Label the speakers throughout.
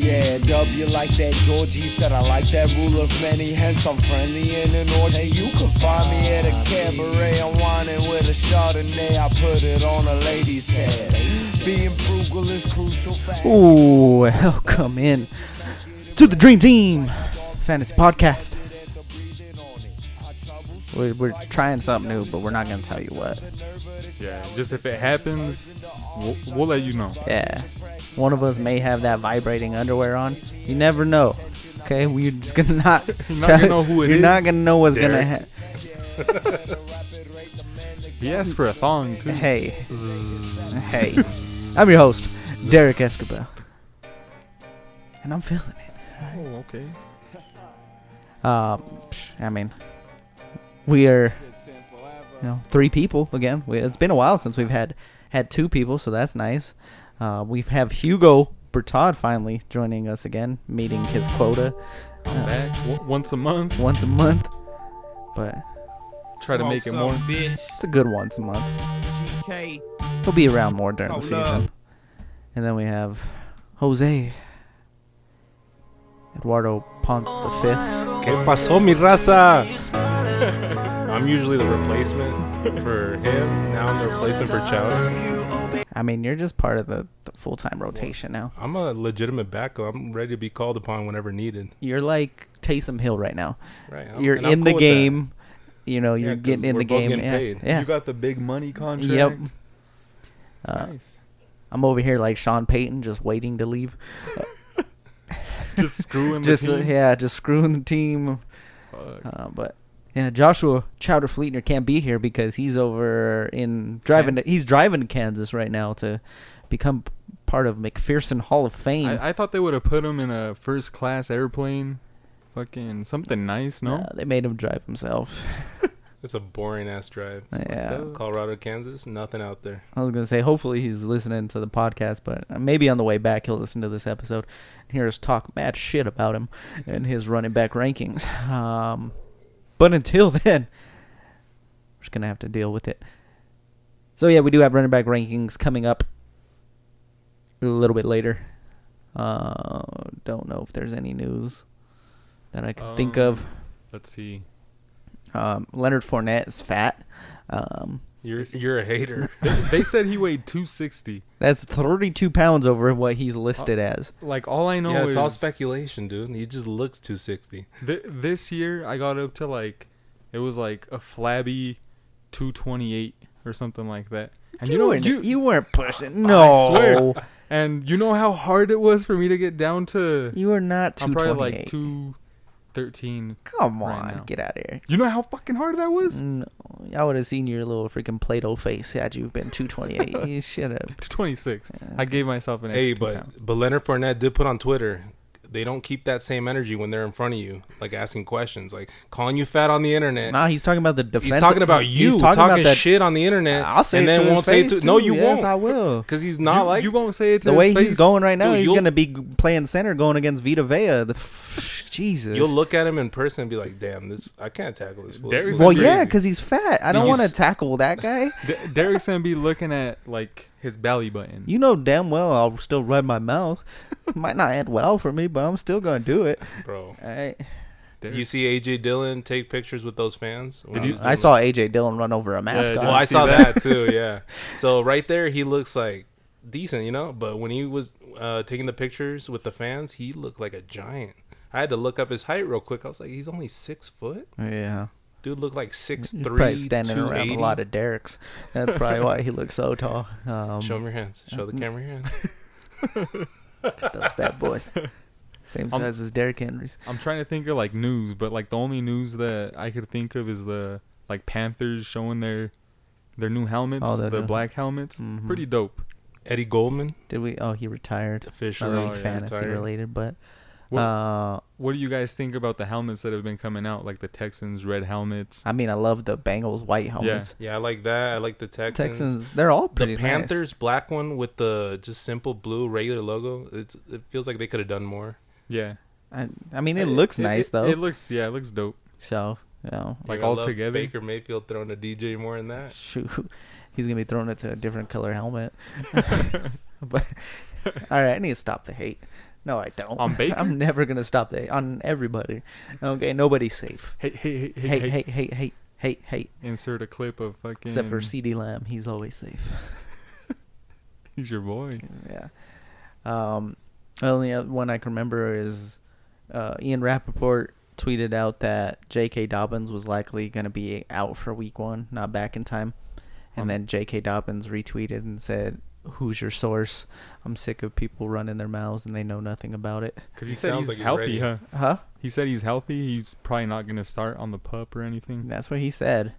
Speaker 1: Yeah, W like that Georgie said I like that rule of many, hence I'm friendly in an orgy. Hey, you can find me at a cabaret, I'm whining with a Chardonnay. I put it on a lady's head. Being frugal is crucial. fact.
Speaker 2: Ooh, welcome in to the Dream Team Fantasy Podcast. We're, we're trying something new, but we're not going to tell you what.
Speaker 3: Yeah, just if it happens, we'll, we'll let you know.
Speaker 2: Yeah. One of us may have that vibrating underwear on. You never know. Okay, we're just gonna not.
Speaker 3: You're not gonna know who it
Speaker 2: You're not
Speaker 3: is,
Speaker 2: gonna know what's gonna
Speaker 3: Derek.
Speaker 2: happen.
Speaker 3: He asked for a thong too.
Speaker 2: Hey, hey, I'm your host, Derek Escobar, and I'm feeling it.
Speaker 3: Oh, okay.
Speaker 2: Um, psh, I mean, we are, you know, three people again. We, it's been a while since we've had had two people, so that's nice. Uh, we have Hugo Bertad finally joining us again, meeting his quota uh,
Speaker 3: I'm back w- once a month.
Speaker 2: once a month, but
Speaker 3: Try to make it more.
Speaker 4: Bitch,
Speaker 2: it's a good once a month.
Speaker 4: GK.
Speaker 2: He'll be around more during
Speaker 4: Oh,
Speaker 2: the
Speaker 4: no.
Speaker 2: season. And then we have Jose Eduardo Ponce the fifth.
Speaker 5: ¿Qué pasó, mi raza? I'm usually the replacement for him. Now I'm the replacement for Chow.
Speaker 2: I mean, you're just part of the, the full time rotation now.
Speaker 5: I'm a legitimate backup. I'm ready to be called upon whenever needed.
Speaker 2: You're like Taysom Hill right now.
Speaker 5: Right. I'm-
Speaker 2: You're
Speaker 5: and I'm
Speaker 2: in the
Speaker 5: cool with that.
Speaker 2: game. You know,
Speaker 5: Yeah,
Speaker 2: you're
Speaker 5: 'cause
Speaker 2: getting in
Speaker 5: we're
Speaker 2: the
Speaker 5: both
Speaker 2: game.
Speaker 5: getting
Speaker 2: Yeah,
Speaker 5: paid.
Speaker 2: yeah.
Speaker 3: You got the big money contract.
Speaker 2: Yep.
Speaker 3: It's
Speaker 2: Uh,
Speaker 3: nice.
Speaker 2: I'm over here like Sean Payton, just waiting to leave.
Speaker 3: Just screwing
Speaker 2: Just
Speaker 3: the
Speaker 2: uh,
Speaker 3: team.
Speaker 2: yeah, just screwing the team.
Speaker 3: Fuck.
Speaker 2: Uh, but yeah, Joshua Chowder Fleetner can't be here because he's over in driving. To, he's driving to Kansas right now to become part of McPherson Hall of Fame.
Speaker 3: I, I thought they would have put him in a first class airplane. Fucking something nice, no?
Speaker 2: Uh, they made him drive himself.
Speaker 5: It's a boring ass drive.
Speaker 2: yeah,
Speaker 5: Colorado, Kansas, nothing out there.
Speaker 2: I was gonna say hopefully he's listening to the podcast, but uh, maybe on the way back he'll listen to this episode and hear us talk mad shit about him and his running back rankings. Um, but until then, we're just gonna have to deal with it. So yeah, we do have running back rankings coming up a little bit later. Uh, don't know if there's any news that I can think of.
Speaker 3: Um, Let's see.
Speaker 2: Um, Leonard Fournette's fat. Um,
Speaker 5: You're you're a hater.
Speaker 3: They, they said he weighed 260.
Speaker 2: That's 32 pounds over what he's listed as.
Speaker 3: Like, all I know
Speaker 5: yeah, it's
Speaker 3: is
Speaker 5: all speculation, dude. He just looks 260.
Speaker 3: th- this year I got up to like, it was like a flabby 228 or something like that. And you, know
Speaker 2: weren't,
Speaker 3: you,
Speaker 2: weren't pushing.
Speaker 3: I swear.
Speaker 2: No,
Speaker 3: And you know how hard it was for me to get down to.
Speaker 2: you are not
Speaker 3: I'm
Speaker 2: 228.
Speaker 3: probably like two thirteen.
Speaker 2: Come on,
Speaker 3: right now.
Speaker 2: get out of here.
Speaker 3: You know how fucking hard that was?
Speaker 2: No, I would have seen your little freaking Play-Doh face had you been 228. you should have.
Speaker 3: Two twenty six. I gave myself an extra
Speaker 5: Hey,
Speaker 3: two
Speaker 5: but
Speaker 3: pounds.
Speaker 5: but Leonard Fournette did put on Twitter. They don't keep that same energy when they're in front of you, like asking questions, like calling you fat on the internet.
Speaker 2: Nah, he's talking about the defense.
Speaker 5: He's talking about you talking, shit on the internet.
Speaker 2: I'll say
Speaker 5: and
Speaker 2: it
Speaker 5: then
Speaker 2: to his
Speaker 5: won't say it
Speaker 2: face,
Speaker 5: to no,
Speaker 2: too.
Speaker 5: you
Speaker 2: Yes,
Speaker 5: won't.
Speaker 2: I will.
Speaker 5: because he's not
Speaker 3: you,
Speaker 5: like
Speaker 3: you won't say it to
Speaker 2: The
Speaker 3: his
Speaker 2: way
Speaker 3: face.
Speaker 2: he's going right now,
Speaker 5: Dude,
Speaker 2: he's
Speaker 5: you'll-
Speaker 2: going to be g- playing center going against Vita Vea. The Jesus.
Speaker 5: You'll look at him in person and be like, "Damn, this I can't tackle this." fool. This
Speaker 3: Derek's
Speaker 2: well,
Speaker 5: fool's
Speaker 3: like
Speaker 2: yeah,
Speaker 5: crazy."
Speaker 2: because he's fat. I
Speaker 3: No,
Speaker 2: don't
Speaker 3: you
Speaker 2: want to
Speaker 3: s-
Speaker 2: tackle that guy.
Speaker 3: D- Derek's gonna be looking at like his belly button.
Speaker 2: You know damn well I'll still run my mouth. Might not end well for me, but I'm still gonna do it.
Speaker 5: bro,
Speaker 2: I,
Speaker 3: Derek-
Speaker 5: you see AJ Dillon take pictures with those fans. when
Speaker 3: Did
Speaker 5: he
Speaker 3: you-
Speaker 5: was doing
Speaker 2: I saw AJ Dillon run over a mascot.
Speaker 5: that. Well, I
Speaker 3: see
Speaker 5: saw
Speaker 3: that.
Speaker 5: that too. Yeah. So right there, he looks like decent, you know. But when he was uh, taking the pictures with the fans, he looked like a giant. I had to look up his height real quick. I was like, he's only six foot.
Speaker 2: yeah,
Speaker 5: Dude looked like six
Speaker 2: he's probably
Speaker 5: three,
Speaker 2: standing
Speaker 5: two
Speaker 2: around
Speaker 5: eighty.
Speaker 2: a lot of Derek's. That's probably why he looks so tall. Um,
Speaker 5: Show him your hands. Show the camera your hands.
Speaker 2: those bad boys, same
Speaker 5: Um,
Speaker 3: I'm-
Speaker 2: size as Derek Henry's.
Speaker 3: I'm trying to think of like news, but like the only news that I could think of is the like Panthers showing their their new helmets,
Speaker 2: Oh,
Speaker 3: the
Speaker 2: they're doing-
Speaker 3: black helmets.
Speaker 2: Mhm.
Speaker 3: Pretty dope.
Speaker 5: Eddie Goldman,
Speaker 2: Did we? Oh, he retired. It's Not
Speaker 5: officially
Speaker 2: really
Speaker 5: Oh, yeah,
Speaker 2: fantasy
Speaker 5: retired.
Speaker 2: related, but
Speaker 3: What-
Speaker 2: uh,
Speaker 3: What do you guys think about the helmets that have been coming out, like the Texans red helmets?
Speaker 2: I mean, I love the Bengals white helmets.
Speaker 5: Yeah, I like that. I like the Texans.
Speaker 2: Texans, they're all pretty
Speaker 5: the
Speaker 2: nice.
Speaker 5: Panthers black one with the just simple blue regular logo. It's it feels like they could have done more.
Speaker 3: Yeah.
Speaker 2: I, I mean, it, looks nice though.
Speaker 3: It looks yeah, it looks dope.
Speaker 2: so you know,
Speaker 3: Like
Speaker 5: You're gonna
Speaker 3: all
Speaker 5: love
Speaker 3: together?
Speaker 5: Baker Mayfield throwing a DJ more than that.
Speaker 2: shoot, he's gonna be throwing it to a different color helmet. but all right, I need to stop the hate. No, I don't.
Speaker 3: On Baker?
Speaker 2: I'm never gonna stop that on everybody. Okay, nobody's safe.
Speaker 3: Hey, hey, hey,
Speaker 2: Hey,
Speaker 3: hey,
Speaker 2: hey, hey, hey, hey, hey.
Speaker 3: Insert a clip of fucking.
Speaker 2: Except for CD Lamb, he's always safe.
Speaker 3: He's your boy.
Speaker 2: Yeah. Um, the only other one I can remember is uh, Ian Rappaport tweeted out that J.K. Dobbins was likely going to be out for week one, not back in time. And
Speaker 3: Um,
Speaker 2: then J.K. Dobbins retweeted and said, Who's your source? I'm sick of people running their mouths and they know nothing about it.
Speaker 3: Because
Speaker 5: He
Speaker 3: he, said
Speaker 5: sounds
Speaker 3: he's
Speaker 5: like he's
Speaker 3: healthy,
Speaker 5: ready.
Speaker 3: huh?
Speaker 2: Huh?
Speaker 3: He said he's healthy. He's probably not gonna start on the pup or anything.
Speaker 2: That's what he said.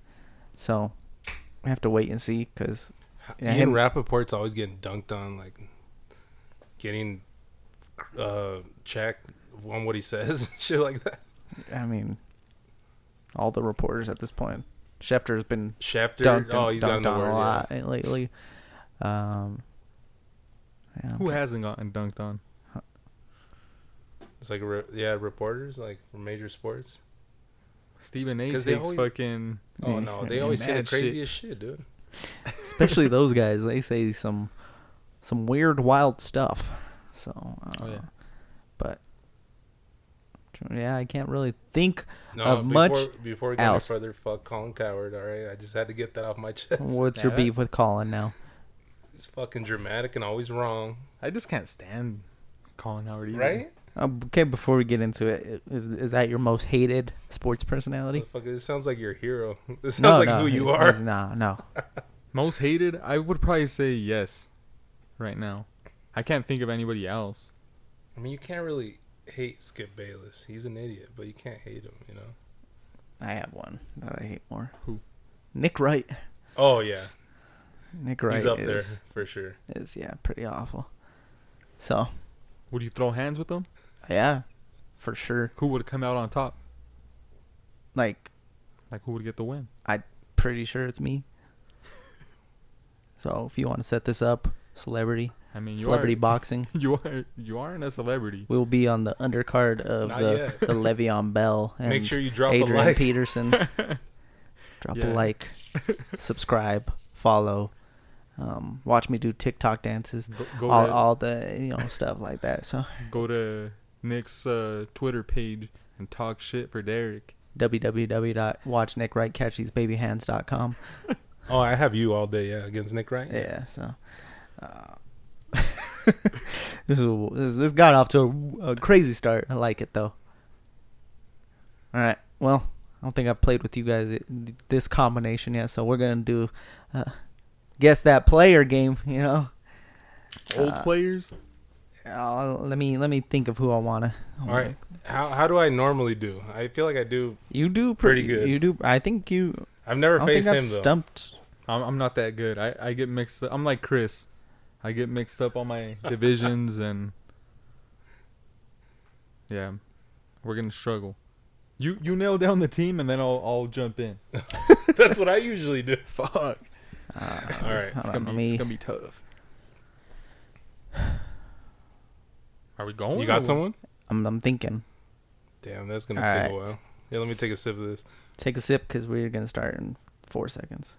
Speaker 2: So, I have to wait and see because Yeah,
Speaker 5: Ian
Speaker 2: him-
Speaker 5: Rappaport's always getting dunked on, like getting uh checked on what he says, shit like that.
Speaker 2: I mean, all the reporters at this point. Schefter's been
Speaker 5: Schefter,
Speaker 2: dunked,
Speaker 5: oh,
Speaker 2: and
Speaker 5: he's gotten
Speaker 2: dunked
Speaker 5: the
Speaker 2: on
Speaker 5: word.
Speaker 2: a
Speaker 5: yeah.
Speaker 2: lot lately. Um, yeah,
Speaker 3: Who hasn't gotten dunked on?
Speaker 5: It's like re- yeah, reporters like from major sports.
Speaker 3: Stephen A. takes
Speaker 5: 'Cause they always-
Speaker 3: fucking.
Speaker 5: Oh no, they
Speaker 2: Yeah,
Speaker 5: always say the
Speaker 3: mad shit.
Speaker 5: craziest shit, dude.
Speaker 2: especially those guys. They say some some weird, wild stuff. So, uh,
Speaker 3: Oh yeah.
Speaker 2: but yeah, I can't really think
Speaker 5: No,
Speaker 2: Of
Speaker 5: before,
Speaker 2: Uh, much
Speaker 5: before going
Speaker 2: else.
Speaker 5: further, fuck Colin Coward. All right, I just had to get that off my chest.
Speaker 2: what's your
Speaker 3: Yeah.
Speaker 2: beef with Colin now.
Speaker 5: It's fucking dramatic and always wrong,
Speaker 3: I just can't stand Colin Howard. Either.
Speaker 5: right?
Speaker 2: Um, okay, before we get into it, i- is is that your most hated sports personality?
Speaker 5: Motherfucker, this sounds like your hero. This sounds like who you
Speaker 2: he's-
Speaker 5: are.
Speaker 2: he's- No, no.
Speaker 3: Most hated? I would probably say yes. Right now, I can't think of anybody else.
Speaker 5: I mean, you can't really hate Skip Bayless. He's an idiot, but you can't hate him, you know.
Speaker 2: I have one that I hate more.
Speaker 3: Who?
Speaker 2: Nick Wright.
Speaker 5: Oh yeah,
Speaker 2: Nick Wright
Speaker 5: he's up there
Speaker 2: is,
Speaker 5: for sure.
Speaker 2: is yeah, pretty awful. So
Speaker 3: Would you throw hands with them?
Speaker 2: yeah, for sure.
Speaker 3: Who would come out on top?
Speaker 2: Like
Speaker 3: Like who would get the win?
Speaker 2: pretty sure it's me. so if you want to set this up, celebrity,
Speaker 3: I mean, you
Speaker 2: celebrity
Speaker 3: are,
Speaker 2: boxing,
Speaker 3: You are you aren't a celebrity.
Speaker 2: we will be on the undercard of
Speaker 5: Not
Speaker 2: the
Speaker 5: yet.
Speaker 2: the Le'Veon Bell and
Speaker 5: Make sure you drop
Speaker 2: Adrian
Speaker 5: a like.
Speaker 2: Peterson. drop a
Speaker 3: Yeah.
Speaker 2: like, subscribe, follow, um, watch me do TikTok dances.
Speaker 3: Go, go
Speaker 2: all,
Speaker 3: to
Speaker 2: all the you know stuff like that. So
Speaker 3: go to Nick's uh, Twitter page and talk shit for Derek.
Speaker 2: www.watchnickrightcatchthesebabyhands.com.
Speaker 5: Oh, I have you all day, yeah, against Nick Wright.
Speaker 2: Yeah, so uh, this, is, this this got off to a, a crazy start. I like it though. All right, well, I don't think I've played with you guys i- this combination yet, so we're gonna do uh, guess that player game. You know,
Speaker 3: Old
Speaker 2: Uh,
Speaker 3: players.
Speaker 2: Uh, let me let me think of who I wanna.
Speaker 5: All right, how how do I normally do? I feel like I do.
Speaker 2: you do
Speaker 5: Pretty
Speaker 2: pretty
Speaker 5: good.
Speaker 2: good. You do. I think you.
Speaker 5: I've
Speaker 2: I
Speaker 5: never
Speaker 2: don't
Speaker 5: faced
Speaker 2: think
Speaker 5: him
Speaker 2: I've
Speaker 5: though.
Speaker 2: stumped.
Speaker 3: I'm I'm not that good. I I get mixed up. I'm like Chris. I get mixed up on my divisions and yeah, we're gonna struggle. You you nail down the team and then I'll I'll jump in.
Speaker 5: That's what I usually do.
Speaker 3: Fuck.
Speaker 2: Uh,
Speaker 5: All right.
Speaker 2: Hold
Speaker 3: It's
Speaker 2: on,
Speaker 3: gonna
Speaker 2: let
Speaker 3: be it's
Speaker 2: me-
Speaker 3: gonna be tough. Are we going?
Speaker 5: You got
Speaker 3: or-
Speaker 5: someone?
Speaker 2: I'm I'm thinking.
Speaker 5: Damn, that's gonna
Speaker 2: All
Speaker 5: take
Speaker 2: right.
Speaker 5: a while. Yeah, let me take a sip of this.
Speaker 2: Take a sip because we're gonna start in four seconds.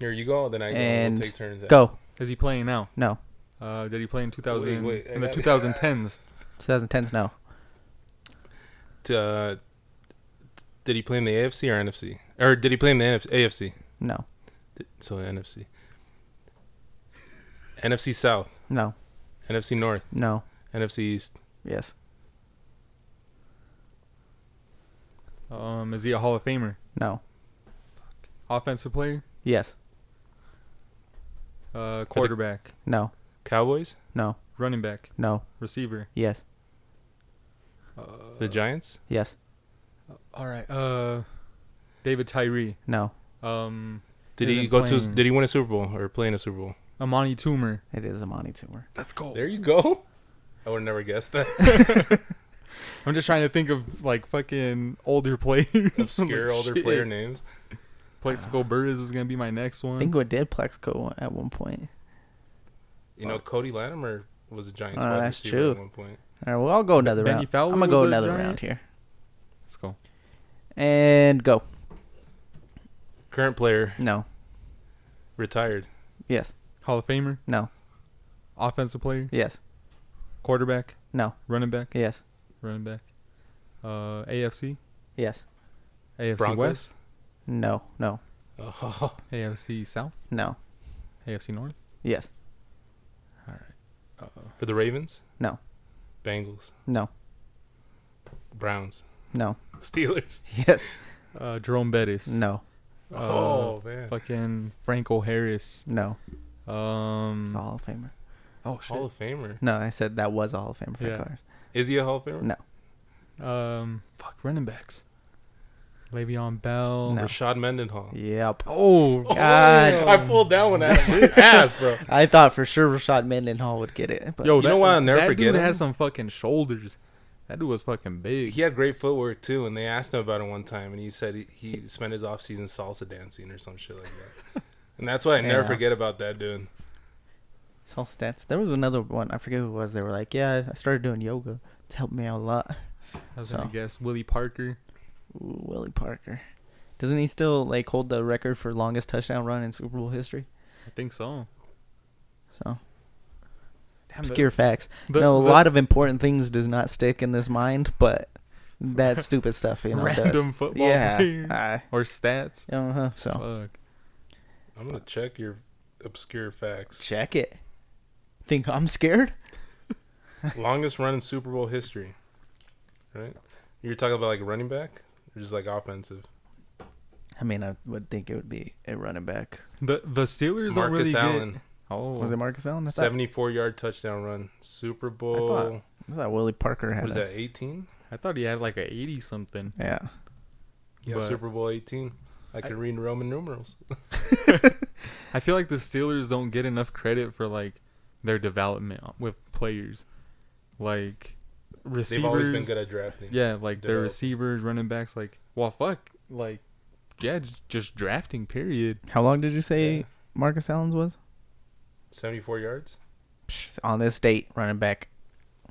Speaker 5: Here you go. Then I go.
Speaker 2: And
Speaker 5: we'll take turns. at
Speaker 2: Go.
Speaker 3: Is he playing now?
Speaker 2: No,
Speaker 3: Uh, did he play in 2000
Speaker 5: wait, I
Speaker 3: in the
Speaker 5: got it.
Speaker 3: 2010s?
Speaker 2: 2010s. No.
Speaker 5: it. Uh, did he play in the AFC or NFC? Or did he play in the NF- AFC?
Speaker 2: No.
Speaker 5: So NFC. NFC South,
Speaker 2: No.
Speaker 5: NFC North,
Speaker 2: No.
Speaker 5: NFC East.
Speaker 2: Yes.
Speaker 3: Um, is he a Hall of Famer?
Speaker 2: No.
Speaker 3: Offensive player?
Speaker 2: Yes.
Speaker 3: Uh, quarterback?
Speaker 2: No.
Speaker 5: Cowboys,
Speaker 2: No.
Speaker 3: Running back?
Speaker 2: No.
Speaker 3: Receiver?
Speaker 2: Yes.
Speaker 5: the Giants,
Speaker 2: Yes.
Speaker 3: All right. Uh, David Tyree.
Speaker 2: No.
Speaker 3: Um,
Speaker 5: Did he
Speaker 3: Isn't
Speaker 5: go to?
Speaker 3: playing.
Speaker 5: Did he win a Super Bowl or play in a Super Bowl?
Speaker 3: Amani Toomer.
Speaker 2: It is a money tumor.
Speaker 3: Let's go.
Speaker 5: There you go. I would have never guessed that.
Speaker 3: I'm just trying to think of like fucking older players. I'm like,
Speaker 5: Obscure older
Speaker 3: shit.
Speaker 5: player names.
Speaker 3: Plexico Burris was gonna be my next
Speaker 2: I
Speaker 3: one.
Speaker 2: think we did Plexco at one point.
Speaker 5: You know, Cody Latimer was a Giants
Speaker 2: Oh,
Speaker 5: wide
Speaker 2: that's
Speaker 5: receiver
Speaker 2: true.
Speaker 5: at one point.
Speaker 2: All right. Well, I'll go another
Speaker 3: Benny
Speaker 2: round.
Speaker 3: Fowler
Speaker 2: I'm gonna go
Speaker 3: was a
Speaker 2: another
Speaker 3: giant?
Speaker 2: round here
Speaker 3: Let's go.
Speaker 2: and go.
Speaker 5: Current player,
Speaker 2: No.
Speaker 5: retired.
Speaker 2: Yes.
Speaker 3: Hall of Famer.
Speaker 2: No.
Speaker 3: Offensive player.
Speaker 2: Yes.
Speaker 3: Quarterback,
Speaker 2: No.
Speaker 3: running back,
Speaker 2: Yes.
Speaker 3: running back. Uh, AFC,
Speaker 2: Yes.
Speaker 3: AFC
Speaker 5: Broncos?
Speaker 3: West,
Speaker 2: No. No.
Speaker 5: Oh,
Speaker 3: AFC South,
Speaker 2: No.
Speaker 3: AFC North.
Speaker 2: Yes.
Speaker 3: All right. Uh,
Speaker 5: for the Ravens,
Speaker 2: No.
Speaker 5: Bengals,
Speaker 2: No.
Speaker 5: Browns,
Speaker 2: No.
Speaker 5: Steelers.
Speaker 2: Yes.
Speaker 3: uh, Jerome Bettis.
Speaker 2: No.
Speaker 3: Uh,
Speaker 5: oh man,
Speaker 3: Fucking Franco Harris.
Speaker 2: No. It's a
Speaker 3: Um.
Speaker 2: Hall of Famer.
Speaker 3: Oh
Speaker 5: Hall
Speaker 3: shit.
Speaker 5: of Famer.
Speaker 2: No, I said that was a Hall of Famer for
Speaker 3: Yeah.
Speaker 2: cars.
Speaker 5: Is he a Hall of Famer?
Speaker 2: No.
Speaker 3: Um. Fuck running backs. Le'Veon Bell.
Speaker 2: No.
Speaker 5: Rashad Mendenhall.
Speaker 2: Yep.
Speaker 3: Oh.
Speaker 2: God.
Speaker 5: I pulled that one out of my ass, bro.
Speaker 2: I thought for sure Rashad Mendenhall would get it. But
Speaker 3: Yo,
Speaker 5: You
Speaker 3: that,
Speaker 5: know why I'll never
Speaker 3: that
Speaker 5: forget
Speaker 3: dude
Speaker 5: him?
Speaker 3: had some fucking shoulders. That dude was fucking big.
Speaker 5: He had great footwork too, and they asked him about it one time, and he said he, he spent his off season salsa dancing or some shit like that. and that's why I never
Speaker 2: Yeah.
Speaker 5: forget about that dude.
Speaker 2: It's all stats. There was another one. I forget who it was. They were like, yeah, I started doing yoga. It's helped me out a lot.
Speaker 3: I was gonna
Speaker 2: So.
Speaker 3: guess Willie Parker.
Speaker 2: Ooh, Willie Parker. Doesn't he still like hold the record for longest touchdown run in Super Bowl history?
Speaker 3: I think so.
Speaker 2: So
Speaker 3: Damn, that-
Speaker 2: obscure facts.
Speaker 3: the-
Speaker 2: no, a
Speaker 3: the-
Speaker 2: lot of important things does not stick in this mind, but that stupid stuff, you know,
Speaker 3: Random
Speaker 2: does.
Speaker 3: football
Speaker 2: yeah,
Speaker 3: players.
Speaker 2: I-
Speaker 3: or stats.
Speaker 2: uh-huh. So
Speaker 3: Fuck.
Speaker 5: I'm gonna check your obscure facts.
Speaker 2: check it. Think I'm scared?
Speaker 5: Longest run in Super Bowl history, right? You're talking about like running back, or just like offensive?
Speaker 2: I mean, I would think it would be a running back.
Speaker 3: The the Steelers don't
Speaker 5: Marcus
Speaker 3: really
Speaker 5: Allen,
Speaker 3: get. Oh,
Speaker 2: Was it Marcus Allen? I thought,
Speaker 5: 74 yard touchdown run, Super Bowl.
Speaker 2: I thought Willie Parker had
Speaker 5: What is
Speaker 2: a-
Speaker 5: that 18?
Speaker 3: I thought he had like a eighty something.
Speaker 2: Yeah.
Speaker 5: Yeah,
Speaker 3: But-
Speaker 5: Super Bowl 18. I can read Roman numerals.
Speaker 3: I feel like the Steelers don't get enough credit for like their development with players, like receivers.
Speaker 5: They've always been good at drafting.
Speaker 3: Yeah, like their
Speaker 5: Develop.
Speaker 3: receivers, running backs. Like, well, fuck, like, yeah, j- just drafting. Period.
Speaker 2: How long did you say
Speaker 5: Yeah.
Speaker 2: Marcus Allen's was?
Speaker 5: 74 yards.
Speaker 2: Psh, On this date, running back.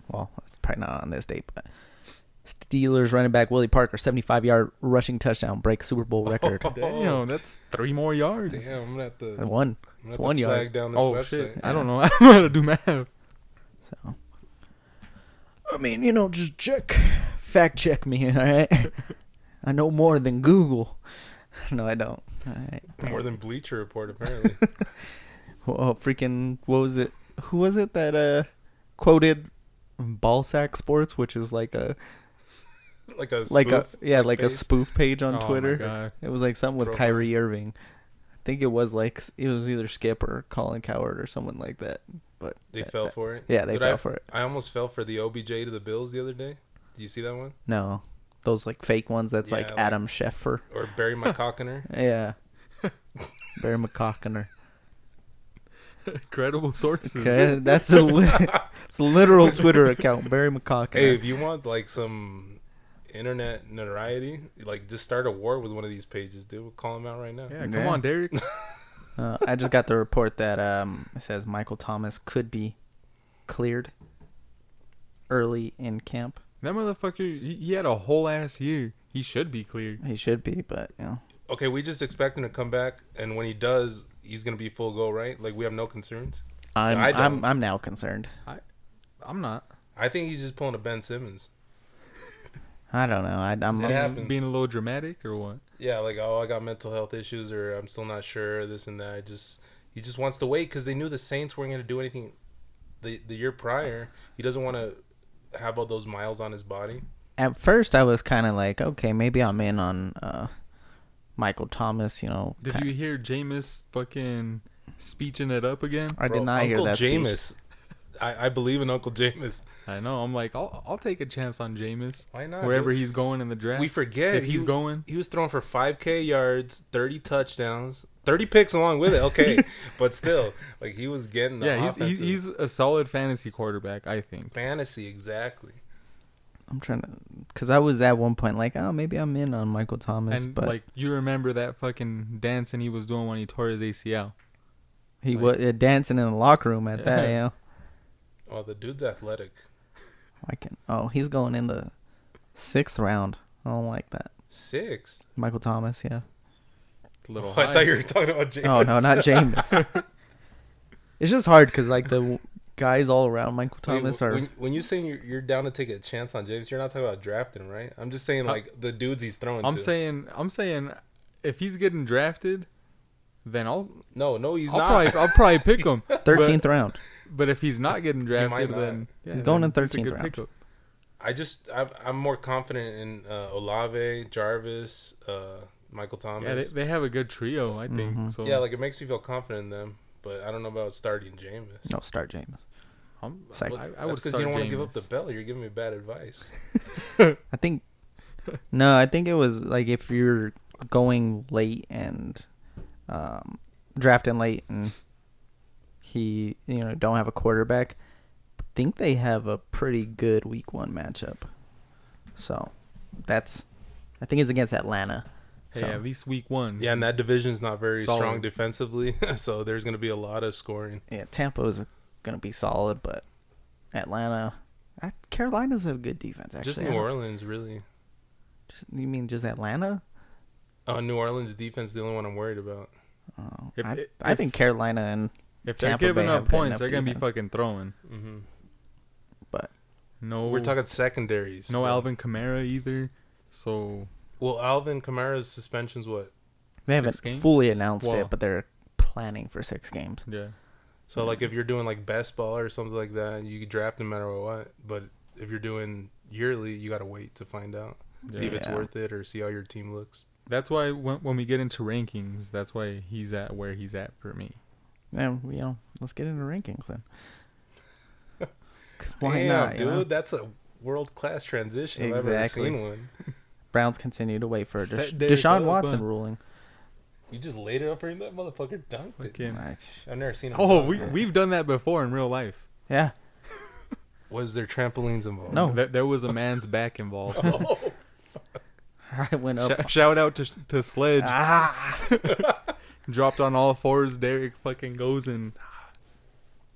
Speaker 2: Well, it's probably not on this date, but Steelers running back Willie Parker, seventy-five yard rushing touchdown, breaks Super Bowl record.
Speaker 3: Damn, that's three more yards.
Speaker 5: Damn, I'm gonna have to, I'm
Speaker 2: One.
Speaker 5: gonna
Speaker 2: It's
Speaker 5: have to
Speaker 2: one
Speaker 5: flag
Speaker 2: yard.
Speaker 5: down this
Speaker 3: Oh
Speaker 5: website.
Speaker 3: shit,
Speaker 2: Yeah.
Speaker 3: I don't know. I don't know how to do math.
Speaker 2: So, I mean, you know, just check, fact check me, all right? I know more than Google. No, I don't. All right.
Speaker 5: More than Bleacher Report, apparently.
Speaker 2: Oh, freaking, what was it? Who was it that uh quoted Ballsack Sports, which is like a
Speaker 5: like a
Speaker 2: like a
Speaker 5: spoof
Speaker 2: yeah, like a
Speaker 5: page?
Speaker 2: spoof page on
Speaker 3: Oh my
Speaker 2: Twitter.
Speaker 3: God.
Speaker 2: It was like something with
Speaker 5: Bro.
Speaker 2: Kyrie Irving. I think it was like s- it was either Skip or Colin Coward or someone like that. But
Speaker 5: They
Speaker 2: that-
Speaker 5: fell
Speaker 2: that-
Speaker 5: for it.
Speaker 2: Yeah, they
Speaker 5: Dude,
Speaker 2: fell
Speaker 5: I,
Speaker 2: for it.
Speaker 5: I almost fell for the OBJ to the Bills the other day. Did you see that one?
Speaker 2: No, those like fake ones. That's
Speaker 5: Yeah,
Speaker 2: like
Speaker 5: like-
Speaker 2: Adam Schefter.
Speaker 5: Or Barry McCockiner?
Speaker 2: Yeah. Barry McCockiner.
Speaker 3: Incredible sources.
Speaker 2: Okay, that's a li- it's a literal Twitter account, Barry
Speaker 5: hey,
Speaker 2: McCockiner.
Speaker 5: if you want like some internet notoriety, like just start a war with one of these pages, dude. We'll call him out right now.
Speaker 3: Yeah, come
Speaker 2: Yeah.
Speaker 3: on, Derek.
Speaker 2: Uh, I just got the report that um, it says Michael Thomas could be cleared early in camp.
Speaker 3: That motherfucker, he, he had a whole ass year. He should be cleared.
Speaker 2: He should be, but you know,
Speaker 5: Okay, we just expect him to come back, and when he does, he's gonna be full go, right? Like we have no concerns.
Speaker 2: I'm
Speaker 5: I don't-
Speaker 2: I'm I'm now concerned.
Speaker 3: I'm not.
Speaker 5: I think he's just pulling a Ben Simmons.
Speaker 2: I don't know. I, I'm
Speaker 5: It happens.
Speaker 3: Being a little dramatic or what?
Speaker 5: Yeah, like oh, I got mental health issues, or I'm still not sure this and that. I just he just wants to wait because they knew the Saints weren't gonna do anything the the year prior. He doesn't want to have all those miles on his body.
Speaker 2: at first I was kind of like, okay, maybe I'm in on uh, Michael Thomas. You know,
Speaker 3: Did
Speaker 2: ki-
Speaker 3: you hear Jameis fucking speeching it up again?
Speaker 2: I
Speaker 5: Bro,
Speaker 2: did not hear
Speaker 5: Uncle
Speaker 2: that. speech.
Speaker 5: Jameis. I, I believe in Uncle Jameis.
Speaker 3: I know. I'm like, I'll, I'll take a chance on Jameis.
Speaker 5: Why not,
Speaker 3: Wherever
Speaker 5: dude?
Speaker 3: he's going in the draft.
Speaker 5: We forget
Speaker 3: If he's
Speaker 5: he-
Speaker 3: going.
Speaker 5: He was throwing for 5K yards, 30 touchdowns, 30 picks along with it. Okay, but still, like he was getting the
Speaker 3: yeah, he's, he's,
Speaker 5: offensive
Speaker 3: he's a solid fantasy quarterback, I think.
Speaker 5: fantasy exactly.
Speaker 2: I'm trying to, because I was at one point like, oh, maybe I'm in on Michael Thomas,
Speaker 3: And,
Speaker 2: but
Speaker 3: like, you remember that fucking dancing he was doing when he tore his ACL.
Speaker 2: he
Speaker 3: like-
Speaker 2: was uh, dancing in the locker room at that. You know,
Speaker 5: Oh, the dude's athletic.
Speaker 2: I can. Oh, he's going in the sixth round. I don't like that.
Speaker 5: Six.
Speaker 2: Michael Thomas, yeah.
Speaker 3: A little
Speaker 5: Oh, I
Speaker 3: high.
Speaker 5: thought you were talking about Jameis.
Speaker 2: Oh no, not Jameis. it's just hard because like the guys all around. Michael
Speaker 5: Wait,
Speaker 2: Thomas
Speaker 5: wh-
Speaker 2: are
Speaker 5: when, when you saying you're, you're down to take a chance on James, you're not talking about drafting, right? I'm just saying like the dudes he's throwing.
Speaker 3: I'm
Speaker 5: to.
Speaker 3: saying, I'm saying, if he's getting drafted, then I'll,
Speaker 5: no, no, he's
Speaker 3: I'll
Speaker 5: not.
Speaker 3: probably, I'll probably pick him.
Speaker 2: thirteenth round.
Speaker 3: But if he's not getting drafted,
Speaker 5: not.
Speaker 3: then yeah,
Speaker 2: He's going
Speaker 3: then
Speaker 2: in
Speaker 3: it's a
Speaker 2: 13th
Speaker 3: good
Speaker 2: round.
Speaker 3: pickup.
Speaker 5: I just I'm, I'm more confident in uh, Olave, Jarvis, uh, Michael
Speaker 3: Yeah, they,
Speaker 5: Thomas. Yeah,
Speaker 3: they have a good trio, I think.
Speaker 2: Mhm.
Speaker 3: So
Speaker 5: like it makes me feel confident in them, but I don't know about starting Jameis.
Speaker 2: No, start Jameis.
Speaker 3: I'm,
Speaker 2: Sack.
Speaker 3: I, I would
Speaker 5: That's
Speaker 3: start
Speaker 5: because you don't want
Speaker 3: James.
Speaker 5: to give up the bell. You're giving me bad advice.
Speaker 2: I think. No, I think it was like if you're going late and um, drafting late, and he, you know, don't have a quarterback. I think they have a pretty good week one matchup. So, that's. I think it's against Atlanta.
Speaker 3: Hey,
Speaker 2: So-
Speaker 3: at least week one.
Speaker 5: Yeah, and that division's not very
Speaker 3: Solid.
Speaker 5: strong defensively, so there's going to be a lot of scoring.
Speaker 2: Yeah, Tampa is gonna be solid, but Atlanta, I, Carolina's a good defense. Actually,
Speaker 5: just
Speaker 2: I
Speaker 5: New
Speaker 2: don't-
Speaker 5: Orleans, really.
Speaker 2: just- you mean just Atlanta?
Speaker 5: Oh, New Orleans defense, the only one I'm worried about.
Speaker 2: Oh,
Speaker 3: If-
Speaker 2: I,
Speaker 3: if-
Speaker 2: I think Carolina and
Speaker 3: If they're
Speaker 2: Tampa
Speaker 3: giving
Speaker 2: Bay
Speaker 3: up
Speaker 2: have good
Speaker 3: points,
Speaker 2: enough
Speaker 3: they're gonna be
Speaker 2: defense.
Speaker 3: fucking throwing.
Speaker 5: hmm
Speaker 3: No,
Speaker 5: We're talking secondaries.
Speaker 3: no Alvin Kamara either. So
Speaker 5: Well, Alvin Kamara's suspension's what?
Speaker 2: they
Speaker 3: Six
Speaker 2: haven't
Speaker 3: games?
Speaker 2: fully announced
Speaker 3: Well-
Speaker 2: it, but they're planning for six games.
Speaker 3: yeah,
Speaker 5: So like if you're doing like best ball or something like that, you could draft no matter what. But if you're doing yearly, you gotta wait to find out, see if it's
Speaker 2: Yeah.
Speaker 5: worth it or see how your team looks.
Speaker 3: that's why when, when we get into rankings, that's why he's at where he's at for me.
Speaker 2: And you know, let's get into rankings then. 'Cause why
Speaker 5: Damn,
Speaker 2: not? you
Speaker 5: dude?
Speaker 2: know?
Speaker 5: That's a world class transition. I've ever
Speaker 2: Exactly.
Speaker 5: seen one.
Speaker 2: Browns continue to wait for a Desha-
Speaker 3: Set Derrick
Speaker 2: Deshaun
Speaker 3: up,
Speaker 2: Watson
Speaker 3: huh?
Speaker 2: ruling.
Speaker 5: You just laid it up for him. That motherfucker dunked it.
Speaker 3: Fucking-
Speaker 2: I- sh-
Speaker 5: I've never seen. Him
Speaker 3: Oh,
Speaker 5: dunk
Speaker 3: we
Speaker 5: it.
Speaker 3: we've done that before in real life.
Speaker 2: Yeah,
Speaker 5: was there trampolines involved?
Speaker 2: No.
Speaker 3: There- there was a man's back involved.
Speaker 2: I went up.
Speaker 3: Sh- shout out to to Sledge,
Speaker 2: ah,
Speaker 3: dropped on all fours. Derek fucking goes and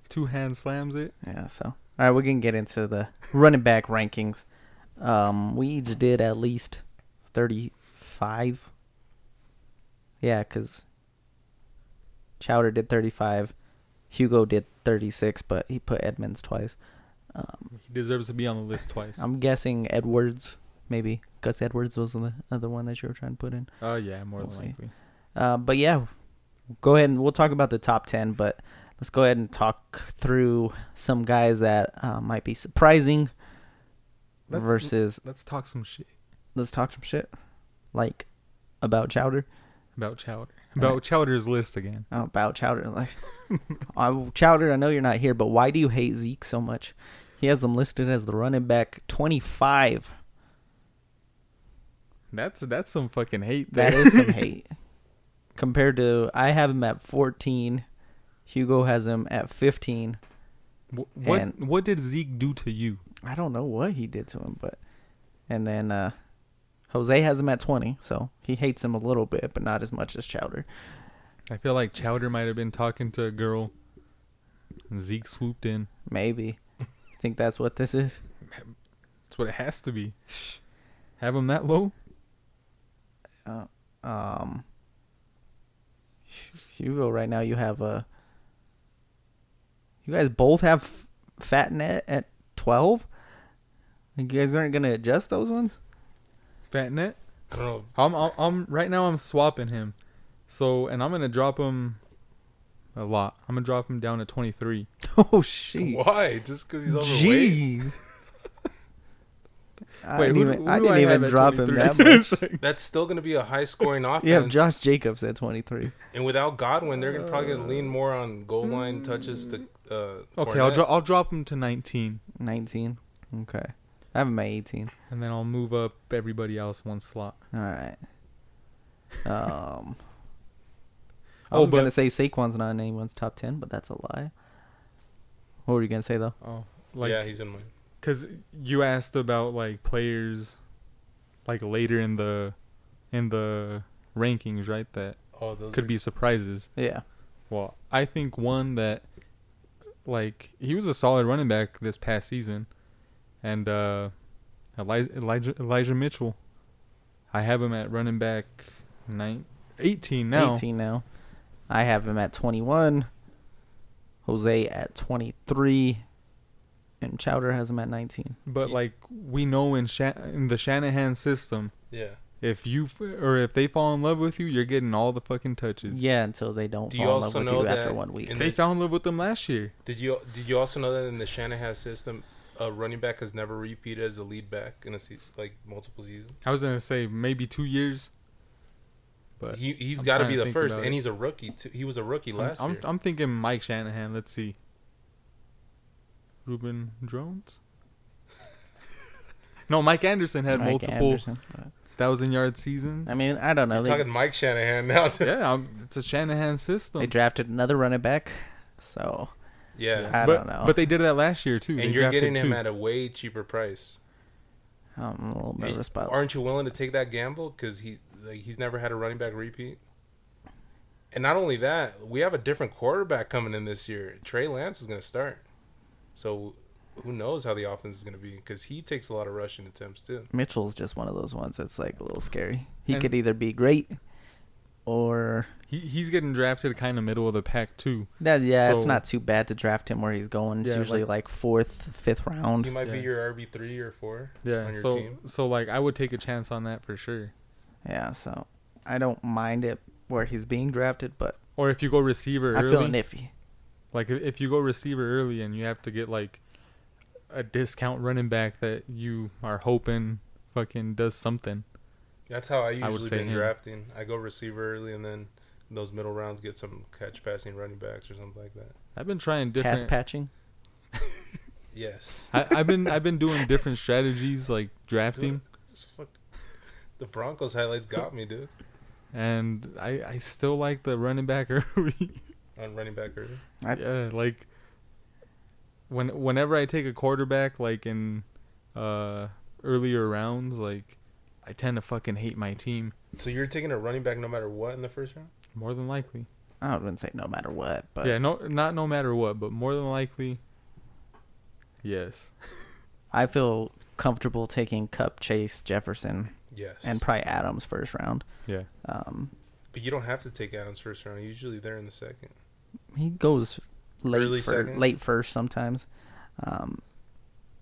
Speaker 3: two hand slams it.
Speaker 2: yeah. So, all right, we're gonna get into the running back rankings. Um, we each did at least thirty-five. Yeah, because Chowder did thirty-five, Hugo did thirty-six, but he put Edmonds twice.
Speaker 3: He deserves to be on the list twice.
Speaker 2: I'm guessing Edwards, maybe Gus Edwards was the other one that you were trying to put in.
Speaker 3: Oh yeah, more
Speaker 2: We'll
Speaker 3: than
Speaker 2: see.
Speaker 3: likely.
Speaker 2: Uh, but yeah, go ahead and we'll talk about the top ten. But let's go ahead and talk through some guys that uh, might be surprising.
Speaker 3: Let's-
Speaker 2: versus,
Speaker 3: Let's talk some shit
Speaker 2: let's talk some shit, like about Chowder,
Speaker 3: about Chowder. About Chowder's list again.
Speaker 2: Oh, about Chowder. Like, I, Chowder, I know you're not here, but why do you hate Zeke so much? He has them listed as the running back 25.
Speaker 3: That's that's some fucking hate. There.
Speaker 2: That is some hate. Compared to, I have him at 14. Hugo has him at 15.
Speaker 3: Wh- what
Speaker 2: and-
Speaker 3: what did Zeke do to you?
Speaker 2: I don't know what he did to him, but. And then uh, Jose has him at 20, so he hates him a little bit, but not as much as Chowder.
Speaker 3: I feel like Chowder might have been talking to a girl. and Zeke swooped in.
Speaker 2: Maybe. I think that's what this is.
Speaker 3: That's what it has to be. Have him that low?
Speaker 2: Um, Hugo, right now you have a. You guys both have Fatnet at 12? Like, You guys aren't going to adjust those ones?
Speaker 3: Fat net?
Speaker 5: I don't know.
Speaker 3: I'm, I'm I'm right now. I'm swapping him. So and I'm gonna drop him a lot. I'm gonna drop him down to 23.
Speaker 2: Oh, shit.
Speaker 5: Why? Just because he's overweight?
Speaker 2: Jeez. I
Speaker 3: Wait,
Speaker 2: didn't
Speaker 3: who-
Speaker 2: even,
Speaker 3: who
Speaker 2: I
Speaker 3: do
Speaker 2: didn't
Speaker 3: I have
Speaker 2: even
Speaker 3: at
Speaker 2: drop him
Speaker 3: 23?
Speaker 2: that much.
Speaker 5: That's still going to be a high scoring offense.
Speaker 2: You have Josh Jacobs at 23.
Speaker 5: And without Godwin, they're gonna probably gonna lean more on goal line touches to. Uh,
Speaker 3: Okay, I'll
Speaker 5: Fournette.
Speaker 3: drop I'll drop him to 19,
Speaker 2: 19. Okay. I have him at 18.
Speaker 3: and then I'll move up everybody else one slot.
Speaker 2: All right. Um. I
Speaker 3: Oh,
Speaker 2: was
Speaker 3: but-
Speaker 2: gonna say Saquon's not in anyone's top ten, but that's a lie. What were you gonna say though?
Speaker 3: Oh, like
Speaker 5: yeah, he's in mine.
Speaker 3: because you asked about like players like later in the in the rankings right that
Speaker 5: Oh, those
Speaker 3: could be surprises
Speaker 2: Yeah.
Speaker 3: well i think one that like he was a solid running back this past season and uh elijah elijah, elijah mitchell i have him at running back nine, 18 now
Speaker 2: Eighteen now. I have him at twenty one. Jose at 23, and Chowder has him at 19.
Speaker 3: But like we know in, Sha- in the Shanahan system,
Speaker 5: Yeah.
Speaker 3: if you f- or if they fall in love with you, you're getting all the fucking touches.
Speaker 2: Yeah, until they don't
Speaker 5: Do you
Speaker 2: fall in love
Speaker 5: also
Speaker 2: with
Speaker 5: know
Speaker 2: you after
Speaker 5: that
Speaker 2: one week.
Speaker 5: in-
Speaker 3: They fell in love with them last year.
Speaker 5: Did you did you also know that in the Shanahan system, a running back has never repeated as a lead back in a se- like multiple seasons?
Speaker 3: I was gonna say maybe two years, but
Speaker 5: He he's
Speaker 3: I'm
Speaker 5: got to
Speaker 3: trying
Speaker 5: be
Speaker 3: to
Speaker 5: the
Speaker 3: think
Speaker 5: first,
Speaker 3: about
Speaker 5: and
Speaker 3: it.
Speaker 5: he's a rookie too. He was a rookie
Speaker 3: I'm,
Speaker 5: last
Speaker 3: I'm,
Speaker 5: year.
Speaker 3: I'm thinking Mike Shanahan. Let's see. Ruben Drones. no, Mike Anderson had
Speaker 2: Mike
Speaker 3: multiple
Speaker 2: Anderson, but-
Speaker 3: thousand yard seasons.
Speaker 2: I mean, I don't know.
Speaker 5: You're
Speaker 2: They,
Speaker 5: talking Mike Shanahan now. too.
Speaker 3: yeah, I'm, it's a Shanahan system.
Speaker 2: they drafted another running back, so
Speaker 5: yeah.
Speaker 2: I
Speaker 3: but,
Speaker 2: don't know.
Speaker 3: But they did that last year too. They
Speaker 5: and you're
Speaker 3: drafted
Speaker 5: getting him
Speaker 3: two.
Speaker 5: at a way cheaper price.
Speaker 2: I'm um, a little
Speaker 5: And
Speaker 2: nervous about
Speaker 5: Aren't you willing to take that gamble? Because he like, he's never had a running back repeat. And not only that, we have a different quarterback coming in this year. Trey Lance is going to start, so who knows how the offense is going to be? Because he takes a lot of rushing attempts too.
Speaker 2: Mitchell's just one of those ones that's like a little scary. He
Speaker 3: And-
Speaker 2: could either be great or
Speaker 3: He, he's getting drafted kind of middle of the pack too.
Speaker 2: that yeah, it's
Speaker 3: So-
Speaker 2: not too bad to draft him where he's going. It's
Speaker 3: Yeah,
Speaker 2: usually
Speaker 3: like-
Speaker 2: like, fourth, fifth
Speaker 5: He
Speaker 2: round.
Speaker 5: might be
Speaker 3: Yeah.
Speaker 5: your RB three or four
Speaker 3: Yeah.
Speaker 5: on your
Speaker 3: So
Speaker 5: team.
Speaker 3: so like I would take a chance on that for sure.
Speaker 2: Yeah, so I don't mind it where he's being drafted, but
Speaker 3: Or if you go receiver
Speaker 2: I'm
Speaker 3: early,
Speaker 2: feeling iffy.
Speaker 3: like if- if you go receiver early and you have to get like a discount running back that you are hoping fucking does something.
Speaker 5: That's how I usually
Speaker 3: would say
Speaker 5: been
Speaker 3: him.
Speaker 5: drafting. I go receiver early, and then those middle rounds get some catch passing running backs or something like that.
Speaker 3: I've been trying
Speaker 2: Cast
Speaker 3: different.
Speaker 2: patching.
Speaker 5: Yes,
Speaker 3: I, I've been I've been doing different strategies like drafting,
Speaker 5: Just fuck- the Broncos highlights got me, dude.
Speaker 3: and I I still like the running back early.
Speaker 5: On running back early.
Speaker 2: I-
Speaker 3: yeah, like when whenever I take a quarterback like in uh earlier rounds, like I tend to fucking hate my team
Speaker 5: So you're taking a running back no matter what in the first round?
Speaker 3: more than likely.
Speaker 2: I wouldn't say no matter what, but
Speaker 3: yeah, no, not no matter what, but more than likely, yes.
Speaker 2: I feel comfortable taking Cup, Chase, Jefferson,
Speaker 5: Yes.
Speaker 2: and probably Adams first round.
Speaker 3: Yeah,
Speaker 2: Um,
Speaker 5: but you don't have to take Adams first round. Usually they're in the second.
Speaker 2: he goes late
Speaker 5: Early
Speaker 2: fir-
Speaker 5: second?
Speaker 2: late first sometimes. Um,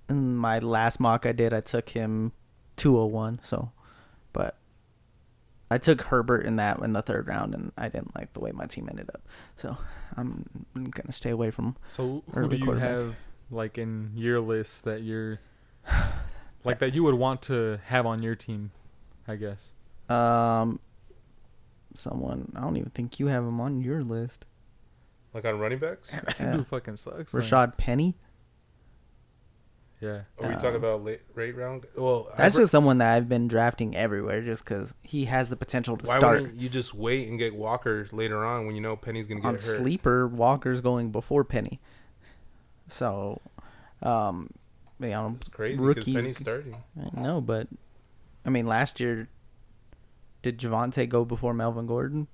Speaker 2: in my last mock I did, I took him two oh one. So, but I took Herbert in that in the third round, and I didn't like the way my team ended up. So I'm gonna stay away from
Speaker 3: So who do
Speaker 2: Early
Speaker 3: you
Speaker 2: quarterback.
Speaker 3: have like in your list that you're like that you would want to have on your team? I guess.
Speaker 2: um someone. I don't even think you have him on your list.
Speaker 5: Like on running backs?
Speaker 2: Yeah.
Speaker 3: Who fucking sucks? like-
Speaker 2: Rashad Penny.
Speaker 3: yeah.
Speaker 5: Are we
Speaker 2: Um,
Speaker 5: talking about late rate round? Well, I've
Speaker 2: That's
Speaker 5: re-
Speaker 2: just someone that I've been drafting everywhere, just because he has the potential to
Speaker 5: why
Speaker 2: start.
Speaker 5: wouldn't you just wait and get Walker later on when you know Penny's gonna get
Speaker 2: on
Speaker 5: hurt?
Speaker 2: sleeper walker's going before penny so um you know
Speaker 5: It's crazy because
Speaker 2: rookies
Speaker 5: Penny's starting.
Speaker 2: I know, but i mean last year did Javante go before melvin gordon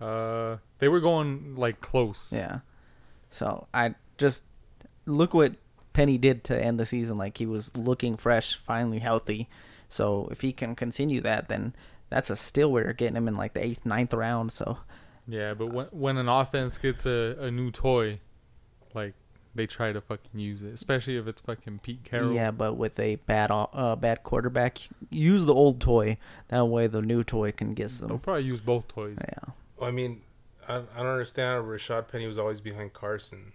Speaker 3: Uh, they were going like close.
Speaker 2: yeah so i just look what penny did to end the season like he was looking fresh finally healthy so if he can continue that then that's a still we're getting him in like the eighth ninth round so
Speaker 3: Yeah, but when when an offense gets a, a new toy, like they try to fucking use it, especially if it's fucking Pete Carroll.
Speaker 2: Yeah, but with a bad o- uh, bad quarterback, use the old toy. That way, the new toy can get
Speaker 3: They'll
Speaker 2: some.
Speaker 3: probably use both toys.
Speaker 2: Yeah,
Speaker 5: Well, I mean, I, I don't understand how Rashad Penny was always behind Carson.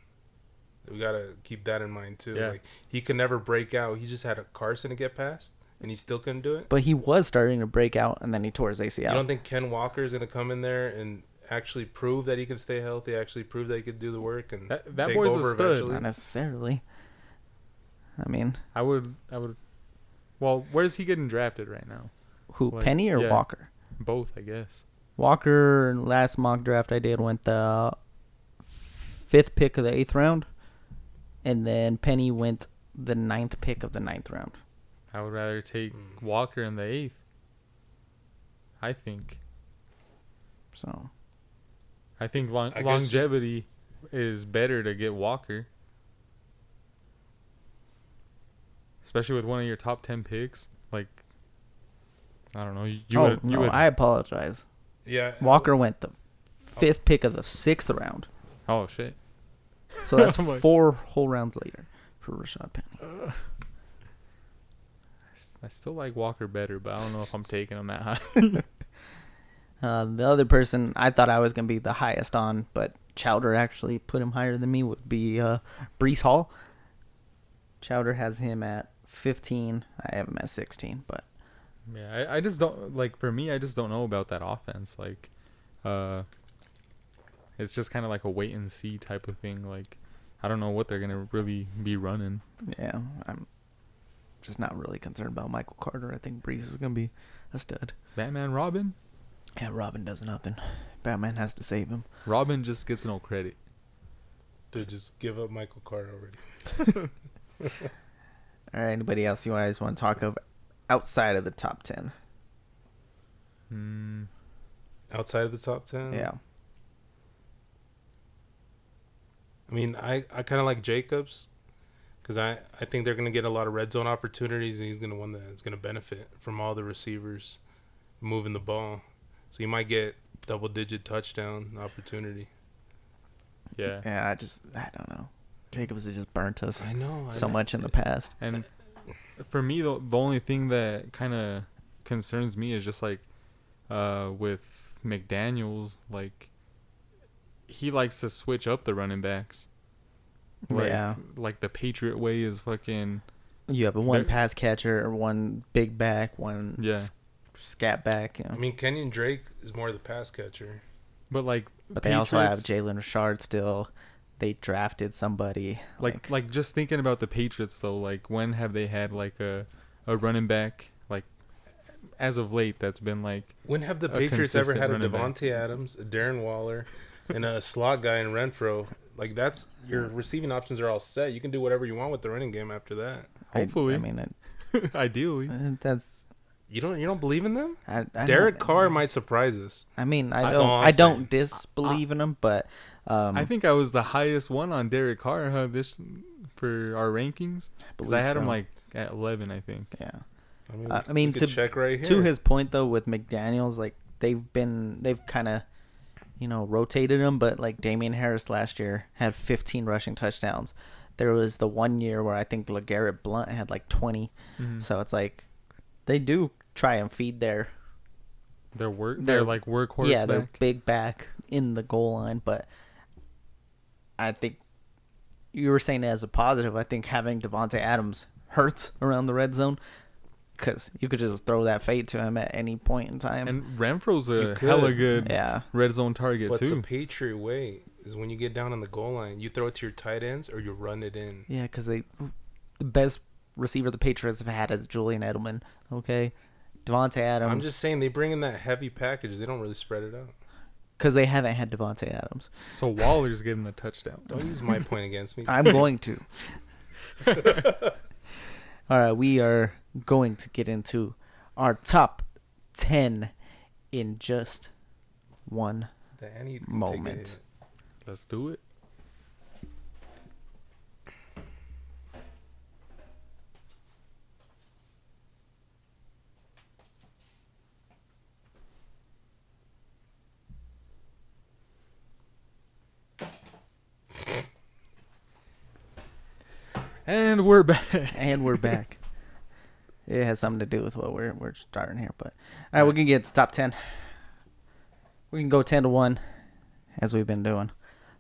Speaker 5: We gotta keep that in mind too.
Speaker 3: Yeah.
Speaker 5: Like he could never break out. He just had a Carson to get past, and he still couldn't do it.
Speaker 2: but he was starting to break out, and then he tore his
Speaker 5: You
Speaker 2: ACL.
Speaker 5: don't think Ken Walker is going to come in there and actually prove that he can stay healthy, actually prove that he could do the work and
Speaker 3: That- that boy's a stud.
Speaker 2: Not necessarily. I mean,
Speaker 3: I would I would. Well, where's he getting drafted right now?
Speaker 2: who
Speaker 3: Like,
Speaker 2: Penny or
Speaker 3: yeah.
Speaker 2: Walker?
Speaker 3: Both, I guess.
Speaker 2: Walker last mock draft I did went the fifth pick of the eighth round, and then Penny went the ninth pick of the ninth round.
Speaker 3: I would rather take
Speaker 5: Mm.
Speaker 3: Walker in the eighth. I think.
Speaker 2: So
Speaker 3: I think long-
Speaker 5: I guess-
Speaker 3: longevity is better to get Walker, especially with one of your top ten picks. Like, I don't know. You, you
Speaker 2: oh
Speaker 3: would. You
Speaker 2: no,
Speaker 3: would.
Speaker 2: I apologize.
Speaker 5: Yeah.
Speaker 2: Walker went the fifth pick of the sixth round.
Speaker 3: oh shit.
Speaker 2: So that's
Speaker 3: I'm like-
Speaker 2: four whole rounds later for Rashad Penny.
Speaker 3: I still like Walker better, but I don't know if I'm taking him that high.
Speaker 2: Uh, the other person I thought I was going to be the highest on, but Chowder actually put him higher than me, would be uh, Brees Hall. Chowder has him at 15. I have him at 16, but
Speaker 3: Yeah, I, I just don't like for me. I just don't know about that offense. Like, uh, it's just kind of like a wait and see type of thing. Like, I don't know what they're gonna really be running.
Speaker 2: yeah, I'm just not really concerned about Michael Carter. I think Brees is going to be a stud.
Speaker 3: Batman Robin.
Speaker 2: Yeah, Robin does nothing. Batman has to save him.
Speaker 3: Robin just gets no credit.
Speaker 5: Dude, just give up Michael Carter already.
Speaker 2: All right, anybody else you guys want to talk of outside of the top 10?
Speaker 3: Mm,
Speaker 5: Outside of the top ten.
Speaker 2: Yeah.
Speaker 5: I mean, I, I kind of like Jacobs because I, I think they're going to get a lot of red zone opportunities, and he's going to one that's going to benefit from all the receivers moving the ball. So you might get double digit touchdown opportunity.
Speaker 3: yeah,
Speaker 2: Yeah, I just, I don't know. Jacobs has just burnt us
Speaker 5: I know. I
Speaker 2: so
Speaker 5: know.
Speaker 2: much in the past.
Speaker 3: and for me, the the only thing that kind of concerns me is just like, uh, with McDaniel's like, he likes to switch up the running backs. Like,
Speaker 2: Yeah.
Speaker 3: like the Patriot way is fucking.
Speaker 2: You have a one
Speaker 3: There-
Speaker 2: pass catcher, one big back, one
Speaker 3: Yeah.
Speaker 2: s- scat back. You know.
Speaker 5: I mean, Kenyon Drake is more the pass catcher.
Speaker 3: But like,
Speaker 2: but they also have
Speaker 3: Patriots-
Speaker 2: Jalen Richard still. They drafted somebody.
Speaker 3: like like just thinking about the Patriots though, like when have they had like a a running back like as of late that's been like
Speaker 5: When have the
Speaker 3: A
Speaker 5: Patriots ever
Speaker 3: consistent
Speaker 5: had a
Speaker 3: running back.
Speaker 5: Devontae Adams, a Darren Waller, and a slot guy in Renfro? Like, that's your receiving options are all set. You can do whatever you want with the running game after that.
Speaker 2: I-
Speaker 3: hopefully.
Speaker 2: I, mean, it,
Speaker 3: ideally.
Speaker 2: it- that's.
Speaker 5: You don't you don't believe in them?
Speaker 2: I, I
Speaker 5: Derek
Speaker 2: don't-
Speaker 5: Carr might surprise us.
Speaker 2: I mean, I
Speaker 5: That's
Speaker 2: don't.
Speaker 5: all I'm
Speaker 2: I don't
Speaker 5: saying.
Speaker 2: disbelieve in him, but um,
Speaker 3: I think I was the highest one on Derek Carr huh, this for our rankings because I,
Speaker 2: believe
Speaker 3: had him
Speaker 2: so.
Speaker 3: like at eleven, I think.
Speaker 2: yeah.
Speaker 5: I mean,
Speaker 2: Uh,
Speaker 5: we-
Speaker 2: I mean,
Speaker 5: we could
Speaker 2: to-
Speaker 5: check right here.
Speaker 2: To his point though, with McDaniel's, like they've been, they've kind of, you know, rotated him. But like Damian Harris last year had 15 rushing touchdowns. There was the one year where I think Legarrette Blunt had like 20. So it's like they do try and feed their
Speaker 3: Their work,
Speaker 2: Their-
Speaker 3: their like workhorse
Speaker 2: yeah their
Speaker 3: back.
Speaker 2: big back in the goal line. But I think you were saying it as a positive. I think having Devonte Adams hurts around the red zone. Because you could just throw that fade to him at any point in time.
Speaker 3: and Renfro's a
Speaker 5: could.
Speaker 3: hella good
Speaker 2: yeah.
Speaker 3: red zone target
Speaker 5: but
Speaker 3: too.
Speaker 5: the Patriot way is when you get down on the goal line, you throw it to your tight ends or you run it in.
Speaker 2: Yeah, because they the best receiver the Patriots have had is Julian Edelman. Okay, Devonte
Speaker 5: I'm
Speaker 2: Adams
Speaker 5: just saying they bring in that heavy package. They don't really spread it out.
Speaker 2: because they haven't had Devonte Adams.
Speaker 3: so Waller's getting the touchdown.
Speaker 5: Don't use my point against me.
Speaker 2: I'm going to. All right, we are going to get into our top ten in just one.
Speaker 5: The Annie can take a
Speaker 2: Moment.
Speaker 5: hit.
Speaker 3: Let's do it. And we're back.
Speaker 2: and we're back. It has something to do with what we're we're starting here, but all right, we can get to top ten. We can go ten to one, as we've been doing.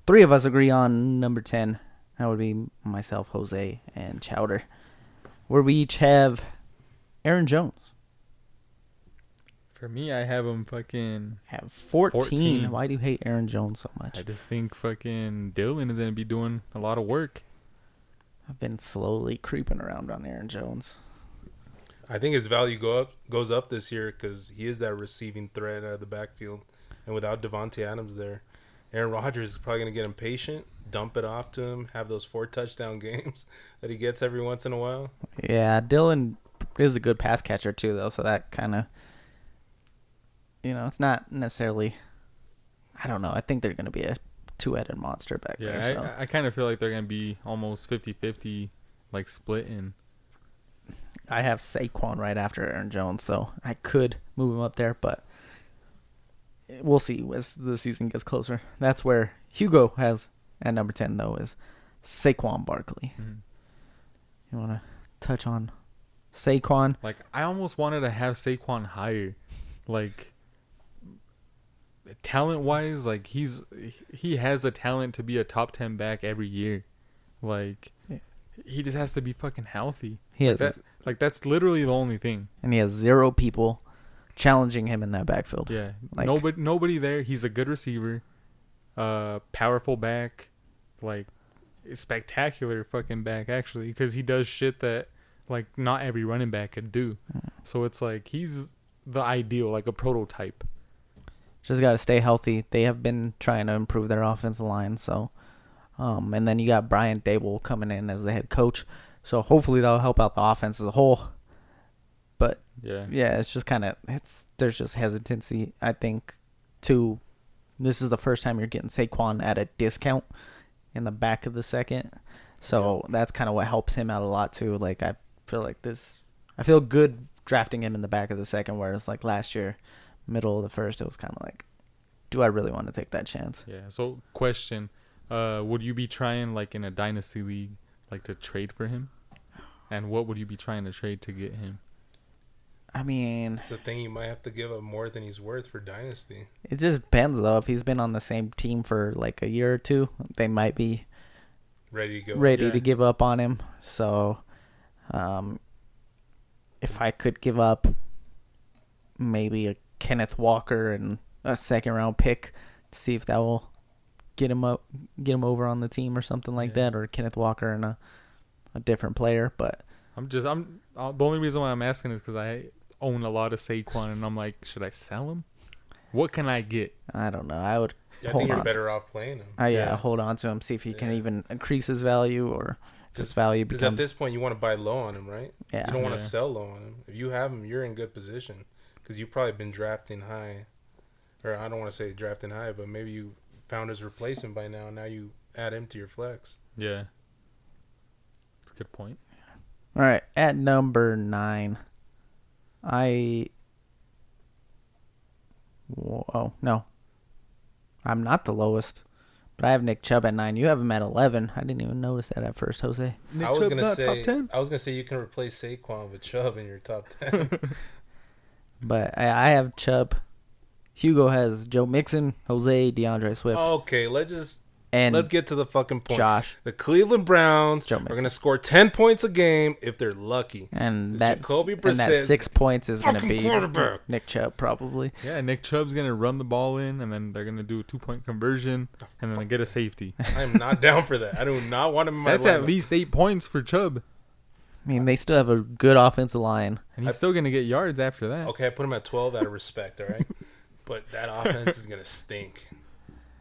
Speaker 2: Three of us agree on number ten. That would be myself, Jose, and Chowder, where we each have Aaron Jones
Speaker 3: For me, I have him fucking.
Speaker 2: have fourteen.
Speaker 3: 14.
Speaker 2: Why do you hate Aaron Jones so
Speaker 3: I
Speaker 2: much?
Speaker 3: just think fucking Dylan is gonna be doing a lot of work.
Speaker 2: I've been slowly creeping around on Aaron Jones.
Speaker 5: I think his value go up goes up this year because he is that receiving threat out of the backfield, and without Devontae Adams there, Aaron Rodgers is probably going to get impatient, dump it off to him, have those four touchdown games that he gets every once in a while.
Speaker 2: Yeah, Dylan is a good pass catcher too, though. So that kind of, you know, it's not necessarily. I don't know. I think they're going to be a two-headed monster back
Speaker 3: Yeah,
Speaker 2: there. So
Speaker 3: I, I kind of feel like they're gonna be almost 50-50, like splitting.
Speaker 2: I, have Saquon right after Aaron Jones, so I could move him up there, but we'll see as the season gets closer. That's where Hugo has At number 10, though, is Saquon Barkley.
Speaker 3: Mhm. Mm-hmm.
Speaker 2: You want to touch on Saquon?
Speaker 3: Like I almost wanted to have Saquon higher, like talent wise, like he's he has a talent to be a top ten back every year, like
Speaker 2: Yeah.
Speaker 3: he just has to be fucking healthy.
Speaker 2: He has,
Speaker 3: That like that's literally the only thing.
Speaker 2: and he has zero people challenging him in that backfield.
Speaker 3: Yeah,
Speaker 2: Like-
Speaker 3: nobody nobody there. He's a good receiver, uh, powerful back, like spectacular fucking back actually, because he does shit that like not every running back could do. So it's like he's the ideal, like a prototype.
Speaker 2: Just got to stay healthy. They have been trying to improve their offensive line, so um, and then you got Brian Dable coming in as the head coach. So hopefully that'll help out the offense as a whole. But
Speaker 3: Yeah,
Speaker 2: yeah, it's just kind of it's there's just hesitancy. I think to this is the first time you're getting Saquon at a discount in the back of the second, so that's kind of what helps him out a lot too. Like I feel like this, I feel good drafting him in the back of the second, whereas like last year, middle of the first, it was kind of like, do I really want to take that chance?
Speaker 3: yeah. So question, uh, would you be trying like in a dynasty league, like to trade for him? And what would you be trying to trade to get him?
Speaker 2: I mean,
Speaker 5: It's a thing you might have to give up more than he's worth for dynasty.
Speaker 2: It just depends though. If he's been on the same team for like a year or two, they might be
Speaker 5: Ready to go.
Speaker 2: ready
Speaker 3: Yeah.
Speaker 2: to give up on him. So, um, if I could give up maybe a Kenneth Walker and a second round pick to see if that will get him up, get him over on the team or something like
Speaker 3: Yeah.
Speaker 2: that, or Kenneth Walker and a, a different player. But
Speaker 3: I'm just I'm uh, the only reason why I'm asking is because I own a lot of Saquon and I'm like, should I sell him? What can I get?
Speaker 2: I don't know. I would
Speaker 5: I
Speaker 2: hold
Speaker 5: think you're
Speaker 2: on. To,
Speaker 5: better off playing him.
Speaker 2: I, yeah,
Speaker 3: yeah.
Speaker 2: hold on to him, see if he can
Speaker 5: Yeah.
Speaker 2: even increase his value or if his
Speaker 5: Just-
Speaker 2: value
Speaker 5: Because
Speaker 2: becomes.
Speaker 5: at this point, you want to buy low on him, right?
Speaker 2: Yeah.
Speaker 5: You don't want to
Speaker 3: Yeah.
Speaker 5: sell low on him. If you have him, you're in good position because you've probably been drafting high, or I don't want to say drafting high, but maybe you found his replacement by now. Now you add him to your flex.
Speaker 3: Yeah, it's a good point.
Speaker 2: All right, at number nine, I. Whoa, oh no, I'm not the lowest, but I have Nick Chubb at nine. You have him at eleven. I didn't even notice that at first, Jose.
Speaker 5: I was gonna say I was gonna say you can replace Saquon with Chubb in your top ten.
Speaker 2: But I, I have Chubb. Hugo has Joe Mixon, Jose, DeAndre Swift,
Speaker 5: okay, let's just
Speaker 2: and
Speaker 5: Oh, let's get to the fucking point.
Speaker 2: Josh.
Speaker 5: The Cleveland Browns
Speaker 2: Joe
Speaker 5: are
Speaker 2: Mixon.
Speaker 5: gonna score ten points a game if they're lucky.
Speaker 2: And
Speaker 5: It's
Speaker 2: that's
Speaker 5: Jacoby
Speaker 2: and that
Speaker 5: Brissett,
Speaker 2: six points is going to
Speaker 5: fucking
Speaker 2: be
Speaker 5: quarterback.
Speaker 2: Nick Chubb probably.
Speaker 3: Yeah, Nick Chubb's gonna run the ball in, and then they're gonna do a two point conversion, and then they get a safety.
Speaker 5: I am not down for that. I do not want him in my
Speaker 3: That's at
Speaker 5: lineup.
Speaker 3: least eight points for Chubb,
Speaker 2: I mean, they still have a good offensive line.
Speaker 3: and he's still gonna get yards after that.
Speaker 5: Okay, I put him at 12 out of respect, all right? But that offense is going to stink.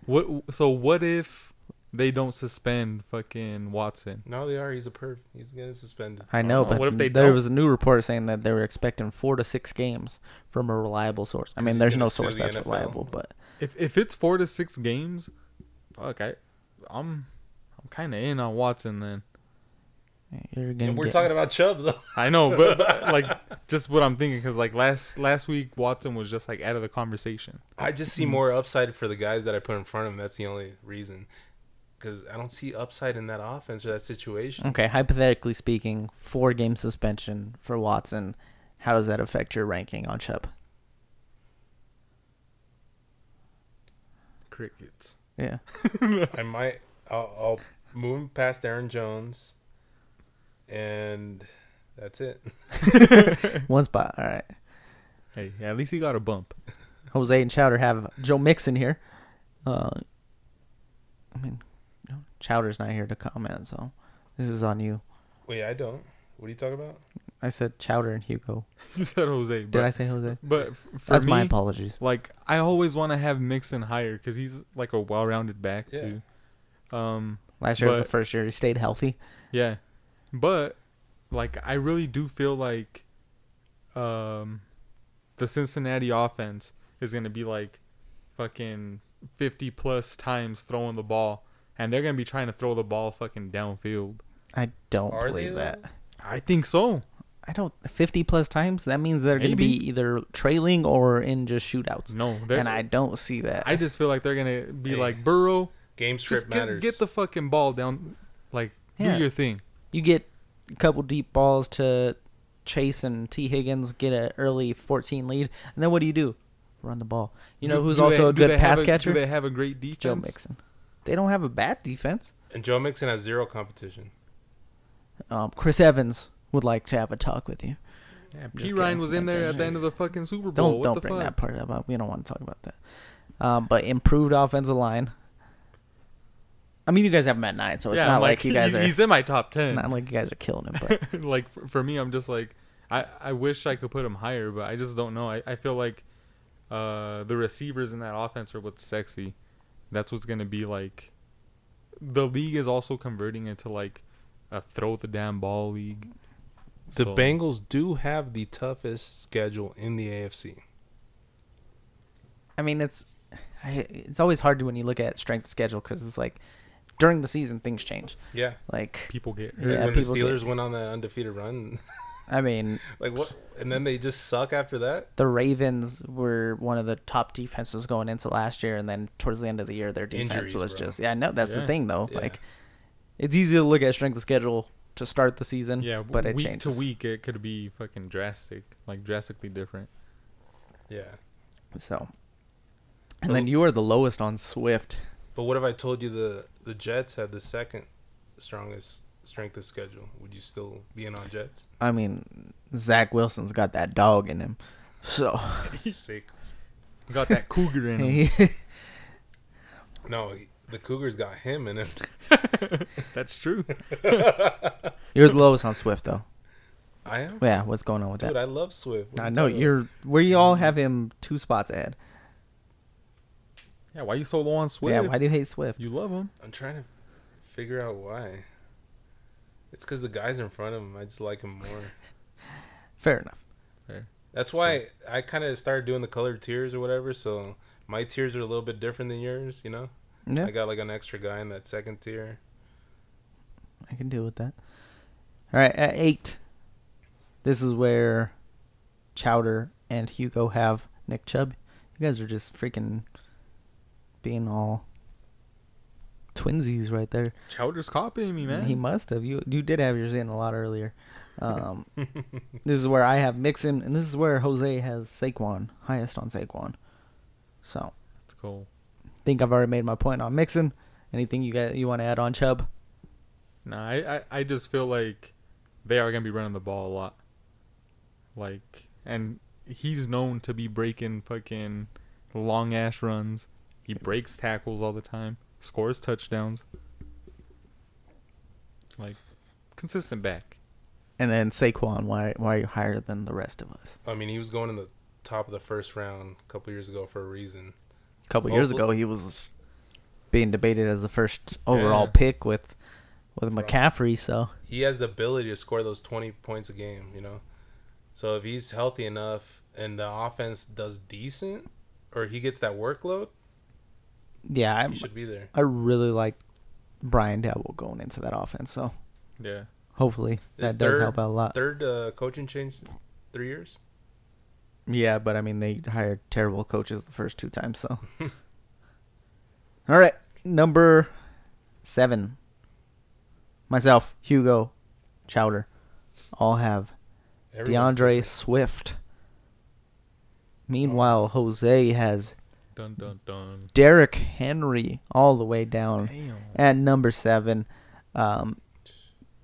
Speaker 3: What? So what if they don't suspend fucking Watson?
Speaker 5: No, they are. He's a perv. He's getting suspended.
Speaker 2: I know,
Speaker 3: Uh,
Speaker 2: but
Speaker 3: what if they
Speaker 2: there
Speaker 3: don't?
Speaker 2: was a new report saying that they were expecting four to six games from a reliable source. I mean, there's
Speaker 5: he's
Speaker 2: no
Speaker 5: gonna sue
Speaker 2: source
Speaker 5: the
Speaker 2: that's
Speaker 5: NFL.
Speaker 2: reliable, but
Speaker 3: If if it's four to six games, fuck, I, I'm, I'm kind of in on Watson then.
Speaker 2: you're gonna.
Speaker 5: And we're
Speaker 2: get-
Speaker 5: talking about Chubb, though.
Speaker 3: I know, but, but, like just what I'm thinking because like last last week Watson was just like out of the conversation.
Speaker 5: I just see more upside for the guys that I put in front of him. That's the only reason. Because I don't see upside in that offense or that situation.
Speaker 2: okay, hypothetically speaking, four game suspension for Watson. How does that affect your ranking on Chubb?
Speaker 3: Crickets.
Speaker 2: Yeah,
Speaker 5: I might. I'll, I'll move him past Aaron Jones. And that's it.
Speaker 2: one spot. All right,
Speaker 3: Hey, yeah, at least he got a bump.
Speaker 2: Jose and Chowder have Joe Mixon here. Uh, I mean, you know, Chowder's not here to comment, so this is on you.
Speaker 5: Wait, I don't. What are you talking about?
Speaker 2: I said Chowder and Hugo.
Speaker 3: you said Jose, but,
Speaker 2: Did I say Jose?
Speaker 3: but f- for
Speaker 2: That's
Speaker 3: me,
Speaker 2: my apologies.
Speaker 3: like I always want to have Mixon higher because he's like a well-rounded back
Speaker 5: Yeah.
Speaker 3: too. Um,
Speaker 2: Last year was
Speaker 3: but-
Speaker 2: the first year he stayed healthy.
Speaker 3: yeah, but like I really do feel like, um, the Cincinnati offense is gonna be like, fucking fifty plus times throwing the ball, and they're gonna be trying to throw the ball fucking downfield.
Speaker 2: I don't
Speaker 5: Are they,
Speaker 2: believe
Speaker 5: though?
Speaker 2: that.
Speaker 3: I think so.
Speaker 2: I don't fifty plus times. That means they're going to
Speaker 3: Maybe.
Speaker 2: be either trailing or in just shootouts.
Speaker 3: No, they're,
Speaker 2: and I don't see that.
Speaker 3: I just feel like they're gonna be
Speaker 5: Hey.
Speaker 3: like Burrow.
Speaker 5: Game script
Speaker 3: Just get,
Speaker 5: matters.
Speaker 3: get the fucking ball down. Like,
Speaker 2: Yeah.
Speaker 3: do your thing.
Speaker 2: You get a couple deep balls to Chase and T. Higgins, get an early 14 lead, and then what do you do? Run the ball. You know
Speaker 3: Do-
Speaker 2: who's
Speaker 3: do
Speaker 2: also
Speaker 3: they-
Speaker 2: a
Speaker 3: do
Speaker 2: good
Speaker 3: they have
Speaker 2: pass catcher?
Speaker 3: Do they have a great defense?
Speaker 2: Joe Mixon. They don't have a bad defense.
Speaker 5: and Joe Mixon has zero competition.
Speaker 2: Um, Chris Evans would like to have a talk with you.
Speaker 3: Yeah,
Speaker 2: Just
Speaker 3: P
Speaker 2: kidding.
Speaker 3: Ryan was in there at the
Speaker 2: Yeah.
Speaker 3: end of the fucking Super Bowl.
Speaker 2: Don't
Speaker 3: what
Speaker 2: don't
Speaker 3: the
Speaker 2: bring
Speaker 3: fuck?
Speaker 2: that part up. Uh, We don't want to talk about that. Um, but improved offensive line. I mean, you guys have Matt Knight, so it's
Speaker 3: yeah,
Speaker 2: not
Speaker 3: I'm
Speaker 2: like, you guys
Speaker 3: he's,
Speaker 2: are
Speaker 3: he's in my top ten.
Speaker 2: not like you guys are killing him. But
Speaker 3: like for, for me, I'm just like I, I wish I could put him higher, but I just don't know. I, I feel like uh, the receivers in that offense are what's sexy. That's what's gonna be like. The league is also converting into like a throw the damn ball league.
Speaker 5: The
Speaker 3: So,
Speaker 5: Bengals do have the toughest schedule in the AFC.
Speaker 2: I mean, it's I- it's always hard when you look at strength of schedule because it's like during the season things change.
Speaker 5: Yeah.
Speaker 2: Like
Speaker 3: people get
Speaker 2: Yeah,
Speaker 5: when the
Speaker 2: people get-
Speaker 5: Steelers went on that undefeated run,
Speaker 2: I mean,
Speaker 5: like what? And then they just suck after that.
Speaker 2: the Ravens were one of the top defenses going into last year, and then towards the end of the year, their defense
Speaker 5: Injuries,
Speaker 2: was
Speaker 5: bro.
Speaker 2: just yeah. I know that's the
Speaker 3: Yeah.
Speaker 2: thing though.
Speaker 5: Yeah.
Speaker 2: Like, it's easy to look at strength of schedule to start the
Speaker 5: Mm-hmm.
Speaker 2: season,
Speaker 3: yeah,
Speaker 2: but it
Speaker 3: week
Speaker 2: changes
Speaker 3: to week it could be fucking drastic, like drastically different.
Speaker 5: Yeah.
Speaker 2: So, and then you are the lowest on Swift.
Speaker 5: But what if I told you the the Jets had the second strongest strength of schedule? Would you still be in on Jets?
Speaker 2: I mean, Zach Wilson's got that dog in him, so
Speaker 5: Sick.
Speaker 3: Got that cougar in him.
Speaker 5: No, he- the Cougars got him in it.
Speaker 3: That's true.
Speaker 2: you're the lowest on Swift though.
Speaker 5: I am.
Speaker 2: Yeah, what's going on with
Speaker 5: Dude,
Speaker 2: that?
Speaker 5: I love Swift. What
Speaker 2: I,
Speaker 5: are you
Speaker 2: know
Speaker 5: talking about?
Speaker 2: you're. We all have him two spots ahead.
Speaker 3: Yeah, why you so low on Swift?
Speaker 2: Yeah, why do you hate Swift?
Speaker 3: you love him?
Speaker 5: I'm trying to figure out why. It's because the guys in front of him. I just like him more.
Speaker 2: Fair enough.
Speaker 5: That's why I kind of started doing the colored tiers or whatever. So my tiers are a little bit different than yours. You know,
Speaker 2: Yeah,
Speaker 5: I got like an extra guy in that second tier.
Speaker 2: I can deal with that. All right, at eight, this is where Chowder and Hugo have Nick Chubb. You guys are just freaking being all twinsies right there.
Speaker 3: Chowder's copying me, man.
Speaker 2: He must have. You you did have yours in a lot earlier. Um, this is where I have Mixon, and this is where Jose has Saquon, highest on Saquon. So
Speaker 3: That's cool.
Speaker 2: think I've already made my point on Mixon. Anything you got you want to add on Chubb?
Speaker 3: Nah, I, I, I just feel like they are gonna be running the ball a lot. Like, and he's known to be breaking fucking long ass runs. He breaks tackles all the time. Scores touchdowns. Like, consistent back.
Speaker 2: And then Saquon, why why are you higher than the rest of us?
Speaker 5: I mean, he was going in the top of the first round a couple years ago for a reason.
Speaker 2: A couple years ago,
Speaker 5: Hopefully-
Speaker 2: he was being debated as the first overall
Speaker 3: Yeah.
Speaker 2: pick with with McCaffrey. So
Speaker 5: He has the ability to score those 20 points a game. You know, so if he's healthy enough and the offense does decent, or he gets that workload,
Speaker 2: yeah, I
Speaker 5: he should be there.
Speaker 2: I really like Brian Dabble going into that offense. So
Speaker 3: Yeah.
Speaker 2: hopefully that does help out a lot.
Speaker 5: Third uh, coaching change, three years.
Speaker 2: Yeah, but I mean they hired terrible coaches the first two times. So all right, number seven. Myself, Hugo, Chowder, all have
Speaker 5: Everyone's-
Speaker 2: DeAndre Swift. Meanwhile, Jose has
Speaker 3: Dun dun dun.
Speaker 2: Derrick Henry all the way down
Speaker 3: Damn.
Speaker 2: at number seven. Um,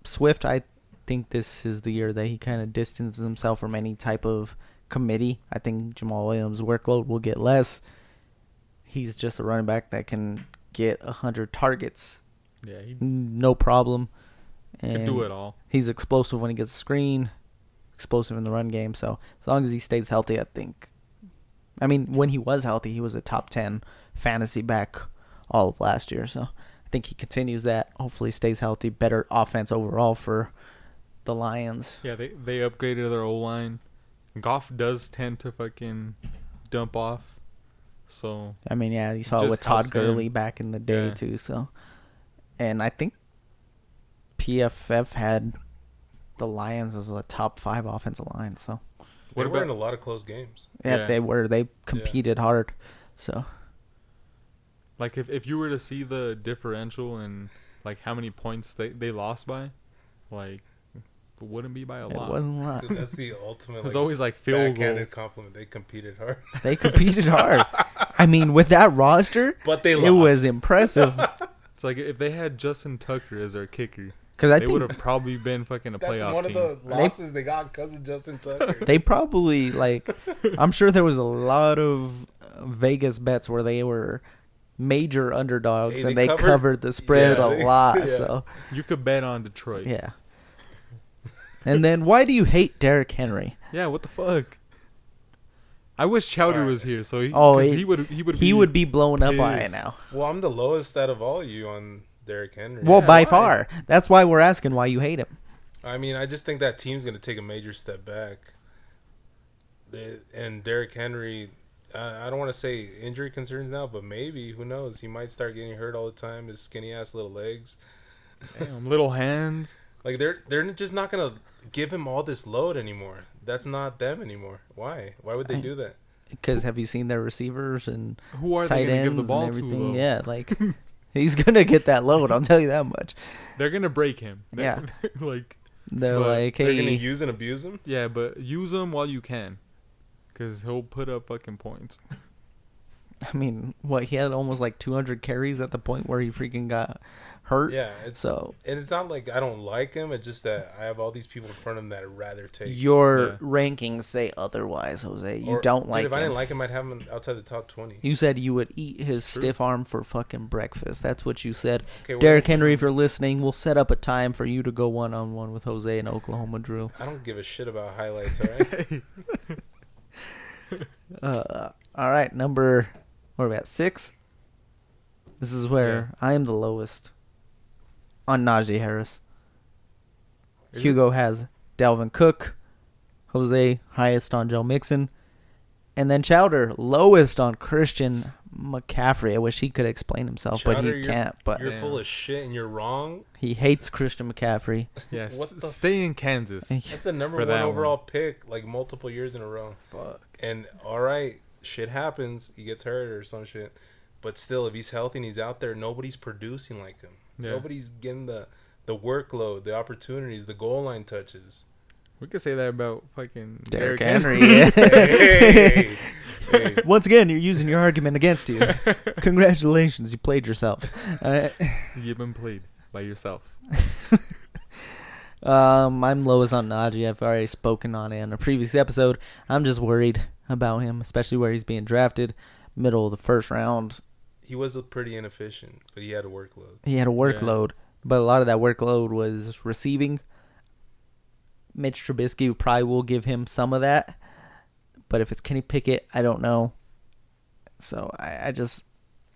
Speaker 2: Swift, I think this is the year that he kind of distances himself from any type of committee. I think Jamal Williams' workload will get less. He's just a running back that can get 100 targets,
Speaker 3: Yeah, he
Speaker 2: no problem. And
Speaker 3: can do it all.
Speaker 2: He's explosive when he gets screen, explosive in the run game. So as long as he stays healthy, I think. I mean, when he was healthy, he was a top ten fantasy back all of last year. So I think he continues that. Hopefully, stays healthy. Better offense overall for the Lions.
Speaker 3: Yeah, they they upgraded their O line. Goff does tend to fucking dump off. So
Speaker 2: I mean, yeah, you saw it
Speaker 3: Just
Speaker 2: with Todd
Speaker 3: helps him.
Speaker 2: Gurley back in the day
Speaker 3: Yeah.
Speaker 2: too. So, and I think PFF had the Lions as a top five offensive line. So
Speaker 5: They
Speaker 3: What
Speaker 5: were
Speaker 3: about-
Speaker 5: in a lot of close games?
Speaker 2: yeah,
Speaker 3: Yeah.
Speaker 2: they were they competed hard. So
Speaker 3: Like if, if you were to see the differential and like how many points they, they lost by, like it wouldn't be by a
Speaker 2: It
Speaker 3: lot.
Speaker 2: wasn't a lot.
Speaker 5: Dude, that's the ultimate.
Speaker 3: It was
Speaker 5: Like,
Speaker 3: always like field goal.
Speaker 5: backhanded compliment. They competed hard,
Speaker 2: They competed hard. I mean, with that roster,
Speaker 5: but they
Speaker 2: it
Speaker 5: lost.
Speaker 2: was impressive.
Speaker 3: It's like if they had Justin Tucker as their kicker,
Speaker 2: Because I
Speaker 3: they would
Speaker 2: think
Speaker 3: have probably been fucking a
Speaker 5: That's
Speaker 3: playoff
Speaker 5: one
Speaker 3: team.
Speaker 5: of the
Speaker 2: They-
Speaker 5: losses they, got because of Justin Tucker.
Speaker 2: they probably like. I'm sure there was a lot of uh, Vegas bets where they were major underdogs
Speaker 5: Hey,
Speaker 2: and
Speaker 5: they
Speaker 2: they
Speaker 5: covered-
Speaker 2: covered, the spread
Speaker 5: Yeah,
Speaker 2: a
Speaker 5: they-
Speaker 2: lot.
Speaker 5: yeah.
Speaker 2: So
Speaker 3: You could bet on Detroit. Yeah,
Speaker 2: yeah. And then why do you hate Derrick Henry?
Speaker 3: what the fuck? I wish Chowder
Speaker 5: Alright.
Speaker 3: was here, so he,
Speaker 2: Oh,
Speaker 3: 'cause
Speaker 2: he-
Speaker 3: he would he would
Speaker 2: He would be blown up by it
Speaker 3: pissed.
Speaker 2: now.
Speaker 5: well, I'm the lowest out of all you on Derrick Henry.
Speaker 2: Well,
Speaker 3: Yeah,
Speaker 2: by
Speaker 3: why?
Speaker 2: far. That's why we're asking why you hate him.
Speaker 5: I mean, I just think that team's going to take a major step back. They- And Derrick Henry, I I don't want to say injury concerns now, but maybe who knows? He might start getting hurt all the time. His skinny ass little legs.
Speaker 3: Damn, little hands.
Speaker 5: Like they're they're just not going to give him all this load anymore. That's not them anymore. Why? Why would they
Speaker 2: I-
Speaker 5: do that?
Speaker 2: Because have you seen their receivers and
Speaker 3: Who are
Speaker 2: tight
Speaker 3: they going to
Speaker 2: ends
Speaker 3: give the ball
Speaker 2: and
Speaker 3: to?
Speaker 2: everything?
Speaker 3: though?
Speaker 2: Yeah, like he's gonna get that load. I'll tell you that much.
Speaker 3: They're going to break him. They-
Speaker 2: Yeah.
Speaker 3: like
Speaker 2: They're
Speaker 3: But
Speaker 2: like,
Speaker 5: They're going to
Speaker 2: hey,
Speaker 5: use and abuse him.
Speaker 3: yeah, but use him while you can. Cuz he'll put up fucking points.
Speaker 2: I mean, what he had almost like 200 carries at the point where he freaking got hurt.
Speaker 5: Yeah, it's
Speaker 2: So
Speaker 5: and it's not like I don't like him. It's just that I have all these people in front of him that I'd rather take.
Speaker 2: your
Speaker 3: Yeah.
Speaker 2: rankings say otherwise, Jose. You
Speaker 5: Or-
Speaker 2: don't
Speaker 5: dude,
Speaker 2: like
Speaker 5: If I
Speaker 2: him.
Speaker 5: didn't like him, I'd have him outside the top twenty.
Speaker 2: you said you would eat his
Speaker 3: True.
Speaker 2: stiff arm for fucking breakfast. That's what you said.
Speaker 5: Okay, we're-
Speaker 2: Derrick Henry, if you're listening, we'll set up a time for you to go one on one with Jose and Oklahoma Drill.
Speaker 5: I don't give a shit about highlights. All right.
Speaker 2: Uh, all right, number what are we at six? This is where I am the lowest on Najee Harris.
Speaker 3: Is it?
Speaker 2: Hugo has Dalvin Cook, Jose highest on Joe Mixon, and then Chowder lowest on Christian McCaffrey. I wish he could explain himself,
Speaker 5: Chowder,
Speaker 2: but he
Speaker 5: you're-
Speaker 2: can't. But
Speaker 5: You're
Speaker 3: Yeah.
Speaker 5: full of shit and you're wrong.
Speaker 2: he hates Christian McCaffrey.
Speaker 3: Yes.
Speaker 5: What the
Speaker 3: stay in Kansas.
Speaker 5: That's the number
Speaker 3: For
Speaker 5: one
Speaker 3: that one.
Speaker 5: overall pick, like multiple years in a row.
Speaker 3: Fuck.
Speaker 5: And all right, shit happens. He gets hurt or some shit. But still, if he's healthy and he's out there, nobody's producing like him.
Speaker 3: Yeah.
Speaker 5: Nobody's getting the the workload, the opportunities, the goal line touches.
Speaker 3: We could say that about fucking
Speaker 2: Derrick
Speaker 3: Derrick
Speaker 2: Henry.
Speaker 5: Hey, hey.
Speaker 2: Once again, you're using your argument against you. Congratulations, you played yourself. Uh,
Speaker 3: You've been played by yourself.
Speaker 2: Um, I'm lowest on Najee. I've already spoken on it in a previous episode. I'm just worried about him, especially where he's being drafted, middle of the first round.
Speaker 5: He was a pretty inefficient, but he had a workload.
Speaker 2: He had a workload, but a lot of that workload was receiving. Mitch Trubisky probably will give him some of that, but if it's Kenny Pickett, I don't know. So I, I just,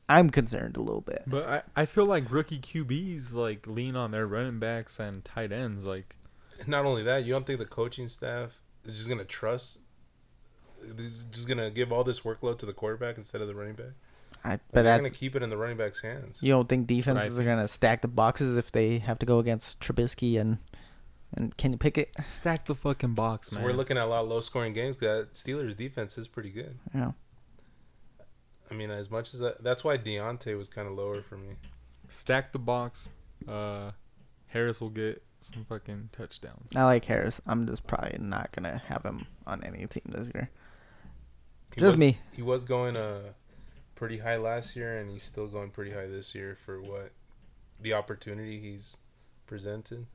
Speaker 2: I'm concerned a little bit.
Speaker 3: But I, I feel like rookie QBs like lean on their running backs and tight ends. Like
Speaker 5: Not only that, you don't think the coaching staff is just gonna trust? Is just gonna give all this workload to the quarterback instead of the running back?
Speaker 2: I,
Speaker 5: But
Speaker 2: but
Speaker 5: they're
Speaker 2: that's
Speaker 5: gonna keep it in the running back's hands.
Speaker 2: You don't think
Speaker 3: what I
Speaker 2: defenses are
Speaker 3: think.
Speaker 2: gonna stack the boxes if they have to go against Trubisky and and Kenny Pickett?
Speaker 3: stack the fucking box,
Speaker 5: So
Speaker 3: man.
Speaker 5: we're looking at a lot of low scoring games. 'cause That Steelers defense is pretty good.
Speaker 2: Yeah.
Speaker 5: I mean, as much as that, that's why Deontay was kind of lower for me.
Speaker 3: stack the box. Uh, Harris will get some fucking touchdowns.
Speaker 2: I like Harris. I'm just probably not gonna have him on any team this year.
Speaker 5: He
Speaker 2: just
Speaker 5: was,
Speaker 2: me.
Speaker 5: He was going uh pretty high last year, and he's still going pretty high this year for what the opportunity he's presented.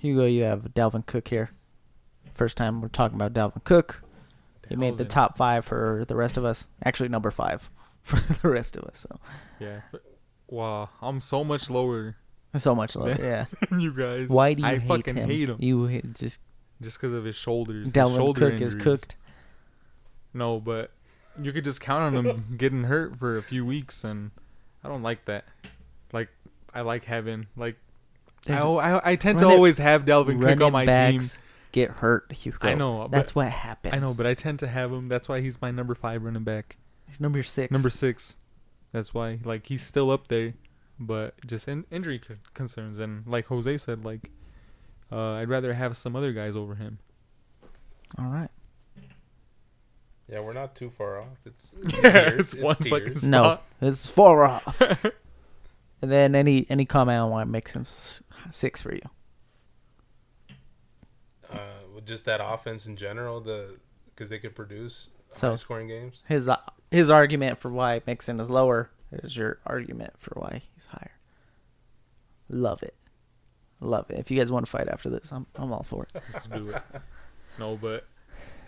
Speaker 2: Hugo, you have Dalvin Cook here. First time we're talking about Dalvin Cook. He made the
Speaker 3: Dalvin.
Speaker 2: top five for the rest of us. Actually, number five for the rest of us. So
Speaker 3: Yeah. f- Wow, I'm so much lower
Speaker 2: so much love. Yeah.
Speaker 3: than you guys.
Speaker 2: Why do you
Speaker 3: I
Speaker 2: hate,
Speaker 3: fucking
Speaker 2: him?
Speaker 3: hate him
Speaker 2: You hate just
Speaker 3: just because of his shoulders. his
Speaker 2: Dalvin
Speaker 3: shoulder
Speaker 2: Cook
Speaker 3: injuries.
Speaker 2: is cooked.
Speaker 3: No, but you could just count on him getting hurt for a few weeks, and I don't like that. Like I like having like I,
Speaker 2: There's-
Speaker 3: al- I I tend to
Speaker 2: Running-
Speaker 3: always have Dalvin Cook on
Speaker 2: running
Speaker 3: my team.
Speaker 2: backs Get hurt, Hugo.
Speaker 3: I know, but-
Speaker 2: That's what happens.
Speaker 3: I know, but I tend to have him. That's why he's my number five running back.
Speaker 2: he's number six.
Speaker 3: Number six. That's why, like, he's still up there, but just in- injury c- concerns. And like Jose said, like, uh, I'd rather have some other guys over him.
Speaker 2: All right.
Speaker 5: Yeah, we're not too far off. It's,
Speaker 3: Yeah, it's one fucking
Speaker 5: tiers.
Speaker 2: No,
Speaker 3: Spot.
Speaker 2: it's far off. and then any any comment on why it makes sense six for you.
Speaker 5: Uh, with just that offense in general, the because they could produce
Speaker 2: So-
Speaker 5: high scoring games.
Speaker 2: His uh, his argument for why Mixon is lower is your argument for why he's higher. Love it, love it. If you guys want to fight after this, I'm I'm all for it.
Speaker 3: Let's do it. No, but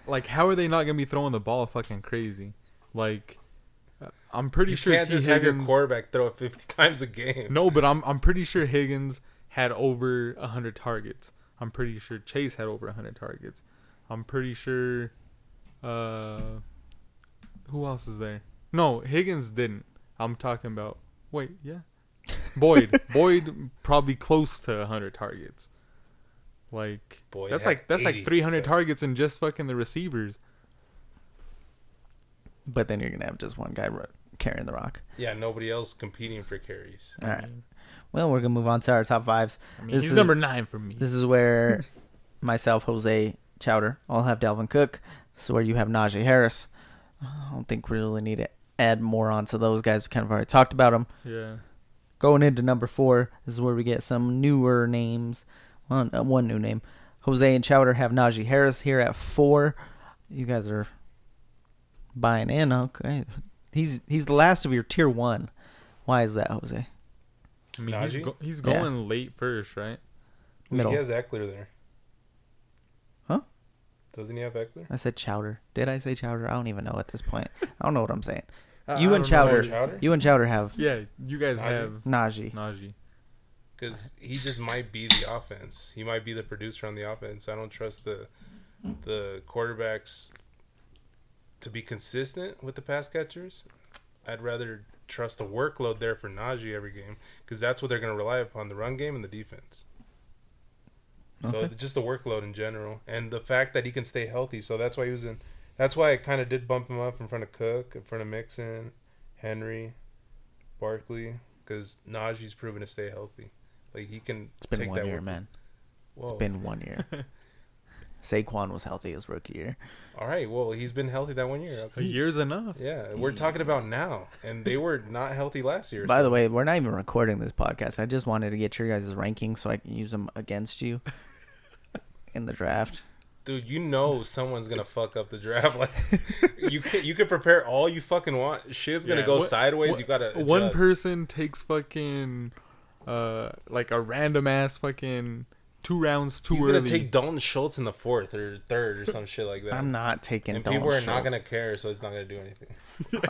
Speaker 3: like, how are they not gonna be throwing the ball fucking crazy? Like, uh, I'm pretty
Speaker 5: You
Speaker 3: sure
Speaker 5: can't
Speaker 3: T.
Speaker 5: just have your
Speaker 3: Higgins.
Speaker 5: quarterback throw it 50 times a game.
Speaker 3: no, but I'm I'm pretty sure Higgins had over hundred targets. I'm pretty sure Chase had over hundred targets. I'm pretty sure. Uh, who else is there? No, Higgins didn't. I'm talking about. Wait, yeah, Boyd. Boyd probably close to hundred targets. Like
Speaker 5: Boyd
Speaker 3: that's
Speaker 5: had
Speaker 3: like that's
Speaker 5: 80,
Speaker 3: like 300
Speaker 5: so-
Speaker 3: targets in just fucking the receivers.
Speaker 2: But then you're gonna have just one guy ru- carrying the rock.
Speaker 5: Yeah, nobody else competing for carries.
Speaker 2: All right. Well, we're gonna move on to our top fives.
Speaker 3: Mm-hmm. I mean,
Speaker 2: This
Speaker 3: he's
Speaker 2: is-
Speaker 3: number nine for me.
Speaker 2: This is where myself, Jose, Chowder, all have Dalvin Cook. This is where you have Najee Harris. I don't think we really need to add more on to those guys. We kind of already talked about them.
Speaker 3: yeah,
Speaker 2: Going into number four, this is where we get some newer names. Well, uh, one new name. Jose and Chowder have Najee Harris here at four. You guys are buying in, okay? He's he's the last of your tier one. Why is that, Jose?
Speaker 3: I mean he's
Speaker 5: Najee?
Speaker 3: go- he's
Speaker 2: Yeah.
Speaker 3: going late first, right?
Speaker 2: Middle.
Speaker 5: He has Eckler there.
Speaker 2: Huh?
Speaker 5: Doesn't he have Eckler?
Speaker 2: I said Chowder. Did I say Chowder? I don't even know at this point. I don't know what I'm saying.
Speaker 5: Uh,
Speaker 3: I-
Speaker 2: you
Speaker 3: I
Speaker 2: and
Speaker 3: don't know.
Speaker 2: Chowder,
Speaker 5: Chowder?
Speaker 2: you and Chowder have
Speaker 3: Yeah, you guys
Speaker 5: Najee?
Speaker 3: have
Speaker 2: Najee.
Speaker 3: Najee.
Speaker 5: Because he just might be the offense. He might be the producer on the offense. I don't trust the the quarterbacks to be consistent with the pass catchers. I'd rather trust the workload there for Najee every game because that's what they're going to rely upon the run game and the defense. So
Speaker 2: Okay.
Speaker 5: just the workload in general and the fact that he can stay healthy. So that's why he was in. That's why I kind of did bump him up in front of Cook, in front of Mixon, Henry, Barkley, because Najee's proven to stay healthy. Like he can.
Speaker 2: It's been
Speaker 5: take
Speaker 2: one
Speaker 5: that Oh.
Speaker 2: year,
Speaker 5: work-
Speaker 2: man.
Speaker 5: Whoa.
Speaker 2: It's been one year. Saquon was healthy his rookie year.
Speaker 5: All right. Well, he's been healthy that one year.
Speaker 3: A
Speaker 5: Okay.
Speaker 3: year's enough.
Speaker 5: Yeah, we're talking about now, and they were not healthy last year.
Speaker 2: By
Speaker 5: so-
Speaker 2: the way, we're not even recording this podcast. I just wanted to get your guys' rankings so I can use them against you in the draft.
Speaker 5: dude, you know someone's gonna fuck up the draft. Like you can you can prepare all you fucking want. Shit's gonna
Speaker 3: Yeah,
Speaker 5: go
Speaker 3: what-
Speaker 5: sideways.
Speaker 3: what-
Speaker 5: you gotta adjust.
Speaker 3: One person takes fucking uh like a random ass fucking two rounds too
Speaker 5: He's
Speaker 3: early.
Speaker 5: gonna take Dalton Schultz in the fourth or third or some shit like that.
Speaker 2: I'm not taking
Speaker 5: and
Speaker 2: Dalton
Speaker 5: people are not
Speaker 2: Schultz.
Speaker 5: gonna care, so it's not gonna do anything.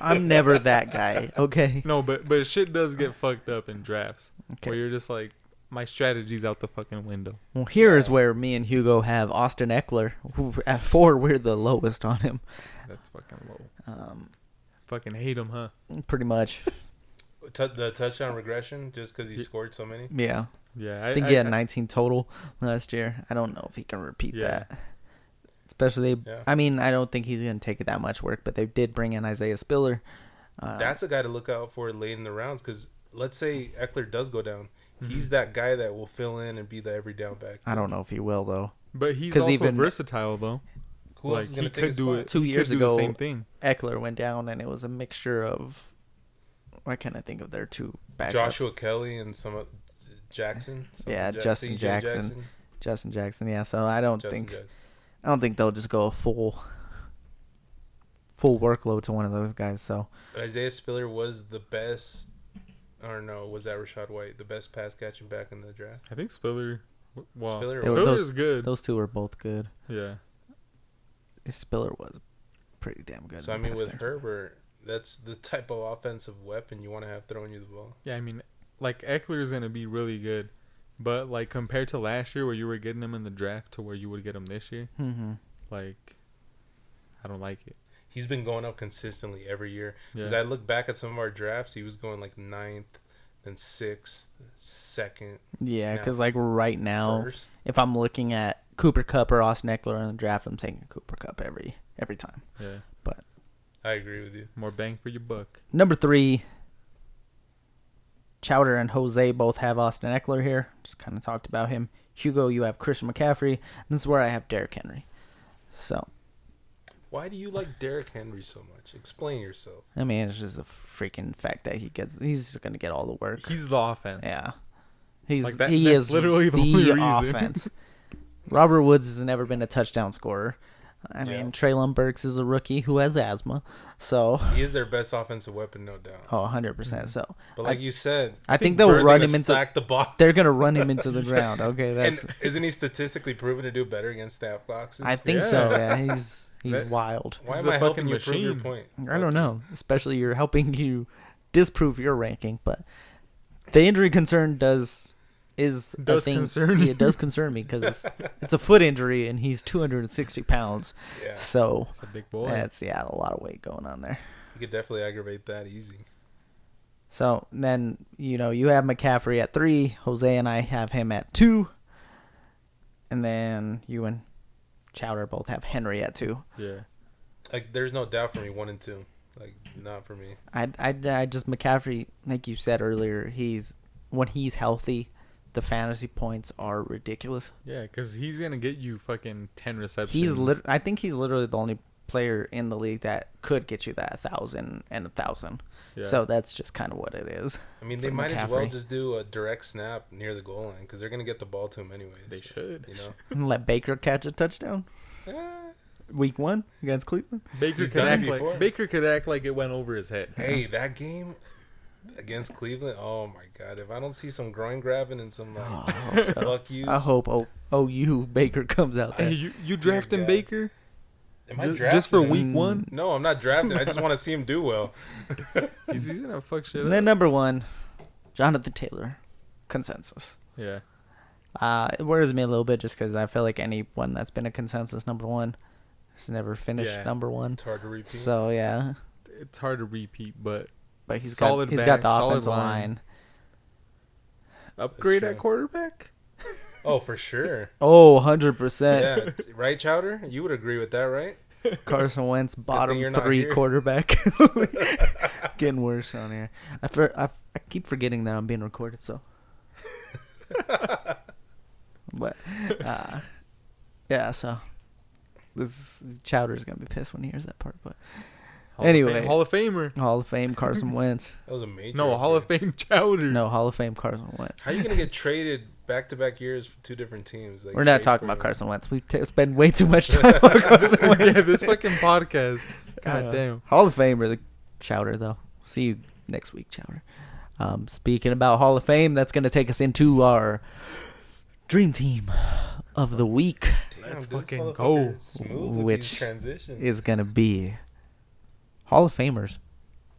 Speaker 2: I'm never that guy. Okay.
Speaker 3: no, but but shit does get fucked up in drafts
Speaker 2: Okay.
Speaker 3: where you're just like my strategy's out the fucking window.
Speaker 2: Well, here is where me and Hugo have Austin Eckler. Who, at four, we're the lowest on him,
Speaker 3: That's fucking low. Um, fucking hate him, huh?
Speaker 2: pretty much.
Speaker 5: T- the touchdown regression, just because he scored so many.
Speaker 2: Yeah.
Speaker 3: Yeah,
Speaker 2: I think he had 19 total last year. I don't know if he can repeat
Speaker 3: Yeah.
Speaker 2: that. Especially,
Speaker 5: Yeah.
Speaker 2: I mean, I don't think he's going to take that much work, but they did bring in Isaiah Spiller. Uh.
Speaker 5: That's a guy to look out for late in the rounds. Because let's say Eckler does go down,
Speaker 3: Mm-hmm.
Speaker 5: he's that guy that will fill in and be the every down back.
Speaker 2: I don't know if he will, though.
Speaker 3: But he's
Speaker 2: 'Cause
Speaker 3: also
Speaker 2: even-
Speaker 3: versatile though.
Speaker 5: Who else
Speaker 3: like
Speaker 5: is gonna
Speaker 3: he
Speaker 5: take
Speaker 3: could
Speaker 5: his
Speaker 3: do
Speaker 5: spot?
Speaker 3: it.
Speaker 2: Two
Speaker 3: he could
Speaker 2: years
Speaker 3: do
Speaker 2: ago-
Speaker 3: the same thing.
Speaker 2: Eckler went down, and it was a mixture of. I can't I think of their two backups?
Speaker 5: Joshua Kelly and some of- Jackson. Some
Speaker 2: Yeah,
Speaker 5: Jack-
Speaker 2: Justin
Speaker 5: CJ
Speaker 2: Jackson. Justin Jackson, yeah. So I don't
Speaker 5: Justin
Speaker 2: think
Speaker 5: Jackson.
Speaker 2: I don't think they'll just go a full full workload to one of those guys. So
Speaker 5: But Isaiah Spiller was the best. Or no, was that Rashad White the best pass catching back in the draft?
Speaker 3: I think Spiller. w- Wow,
Speaker 5: Spiller
Speaker 3: Spiller,
Speaker 5: was-
Speaker 2: Those-
Speaker 3: is good.
Speaker 2: those two are both good.
Speaker 3: yeah,
Speaker 2: Spiller was pretty damn good.
Speaker 5: So I
Speaker 2: in
Speaker 5: mean,
Speaker 2: pass
Speaker 5: with
Speaker 2: catch.
Speaker 5: Herbert, that's the type of offensive weapon you want to have throwing you the ball.
Speaker 3: yeah. I mean, like Eckler is gonna be really good, but like compared to last year where you were getting him in the draft to where you would get him this year,
Speaker 2: Mhm.
Speaker 3: like I don't like it.
Speaker 5: He's been going up consistently every year. Because
Speaker 3: Yeah.
Speaker 5: I look back at some of our drafts, he was going like ninth, then sixth, second,
Speaker 2: Yeah,
Speaker 5: No.
Speaker 2: because like right now,
Speaker 5: first.
Speaker 2: if I'm looking at Cooper Cup or Austin Eckler in the draft, I'm taking Cooper Cup every every time.
Speaker 3: Yeah,
Speaker 2: But
Speaker 5: I agree with you.
Speaker 3: more bang for your buck.
Speaker 2: number three, Chowder and Jose both have Austin Eckler here. Just kind of talked about him. Hugo, you have Christian McCaffrey. And this is where I have Derrick Henry. So
Speaker 5: Why do you like Derrick Henry so much? Explain yourself.
Speaker 2: I mean, it's just the freaking fact that he gets he's going to get all the work.
Speaker 3: He's the offense.
Speaker 2: yeah, he's
Speaker 3: Like, that-
Speaker 2: he
Speaker 3: that's
Speaker 2: is
Speaker 3: literally the only reason.
Speaker 2: offense. Robert Woods has never been a touchdown scorer. I mean, Traylon Burks is a rookie who has asthma, so
Speaker 5: He is their best offensive weapon, no doubt.
Speaker 2: oh, 100 percent. So
Speaker 5: Mm-hmm. But like you said,
Speaker 2: I think they'll
Speaker 5: Burns
Speaker 2: run
Speaker 5: gonna
Speaker 2: him into-
Speaker 5: stack the box.
Speaker 2: they're gonna run him into the ground. Okay, that's
Speaker 5: And isn't he statistically proven to do better against staff boxes?
Speaker 2: I think
Speaker 3: yeah.
Speaker 2: so. Yeah, he's he's
Speaker 5: That-
Speaker 2: wild.
Speaker 5: Why
Speaker 3: He's
Speaker 5: am
Speaker 3: a
Speaker 5: I helping
Speaker 3: fucking
Speaker 5: you prove your
Speaker 3: machine.
Speaker 5: point?
Speaker 2: I don't know. Especially you're helping you disprove your ranking, but the injury concern does is a
Speaker 3: Does
Speaker 2: thing-
Speaker 3: concern
Speaker 2: yeah,
Speaker 3: you.
Speaker 2: it does concern me because it's, it's a foot injury and he's 260 pounds.
Speaker 5: Yeah.
Speaker 2: So
Speaker 3: It's a big boy.
Speaker 2: that's yeah a lot of weight going on there.
Speaker 5: You could definitely aggravate that easy.
Speaker 2: So then you know you have McCaffrey at three. Jose and I have him at two, and then you and Chowder both have Henry at two.
Speaker 3: yeah.
Speaker 5: Like, there's no doubt for me, one and two. Like, not for me.
Speaker 2: I, I, I just McCaffrey, like you said earlier, he's when he's healthy, the fantasy points are ridiculous.
Speaker 3: Yeah, because he's gonna get you fucking ten receptions.
Speaker 2: He's lit. I think he's literally the only player in the league that could get you that thousand and a thousand.
Speaker 3: Yeah.
Speaker 2: So that's just kind of what it is.
Speaker 5: I mean, they
Speaker 2: For
Speaker 5: might as well
Speaker 2: McCaffrey.
Speaker 5: just do a direct snap near the goal line because they're gonna get the ball to him anyways.
Speaker 3: They should.
Speaker 5: You know,
Speaker 2: And let Baker catch a touchdown
Speaker 5: Eh,
Speaker 2: week one against Cleveland.
Speaker 3: Baker
Speaker 5: He's
Speaker 3: could
Speaker 5: done it
Speaker 3: act
Speaker 5: before.
Speaker 3: like Baker could act like it went over his head.
Speaker 5: hey, that game against Cleveland. Oh my god, if I don't see some groin grabbing and some like
Speaker 2: Oh, I hope so.
Speaker 5: fuck you,
Speaker 2: I hope O OU Baker comes out
Speaker 3: Hey,
Speaker 2: there.
Speaker 3: you you drafting
Speaker 5: God.
Speaker 3: Baker
Speaker 5: Am I
Speaker 3: Ju-
Speaker 5: drafting
Speaker 3: just for
Speaker 5: him?
Speaker 3: week
Speaker 2: Mm.
Speaker 3: one?
Speaker 5: No, I'm not drafting. I just want to see him do well.
Speaker 3: He's, he's gonna fuck shit
Speaker 2: And
Speaker 3: up.
Speaker 2: then number one, Jonathan Taylor, consensus.
Speaker 3: yeah,
Speaker 2: Uh, it worries me a little bit just because I feel like anyone that's been a consensus number one has never finished
Speaker 3: Yeah.
Speaker 2: number one.
Speaker 5: It's hard to repeat.
Speaker 2: So yeah,
Speaker 3: it's hard to repeat, but
Speaker 2: but he's
Speaker 3: Solid
Speaker 2: got he's
Speaker 3: back,
Speaker 2: got the
Speaker 3: solid
Speaker 2: offensive line.
Speaker 3: line. upgrade
Speaker 5: true.
Speaker 3: at quarterback.
Speaker 5: oh, for sure.
Speaker 2: Oh, 100 percent.
Speaker 5: Yeah, right, Chowder. You would agree with that, right?
Speaker 2: Carson Wentz,
Speaker 5: you're
Speaker 2: bottom
Speaker 5: not
Speaker 2: three
Speaker 5: here.
Speaker 2: quarterback. Getting worse on here. I, for, I I keep forgetting that I'm being recorded. So, but uh, yeah. So this Chowder's gonna be pissed when he hears that part. But
Speaker 3: Hall of Fame-
Speaker 2: Anyway.
Speaker 3: Hall of Famer.
Speaker 2: Hall of Fame Carson Wentz.
Speaker 5: That was a major.
Speaker 3: No, Hall of
Speaker 5: upgrade.
Speaker 3: Fame Chowder.
Speaker 2: No, Hall of Fame Carson Wentz.
Speaker 5: How you gonna get traded back to back years for two different teams? Like,
Speaker 2: We're not
Speaker 5: trade
Speaker 2: talking
Speaker 5: for
Speaker 2: about
Speaker 5: him.
Speaker 2: Carson Wentz. We t- spend way too much time on Carson Wentz.
Speaker 3: yeah, this fucking podcast. God
Speaker 2: Uh,
Speaker 3: damn.
Speaker 2: Hall of Famer, the Chowder, though. See you next week, Chowder. Um, speaking about Hall of Fame, that's going to take us into our dream team of the week.
Speaker 5: Damn,
Speaker 3: Let's
Speaker 5: this
Speaker 3: fucking
Speaker 5: motherfucker
Speaker 3: go.
Speaker 5: is Smooth with
Speaker 2: Which
Speaker 5: these transitions.
Speaker 2: Is going to be Hall of Famers,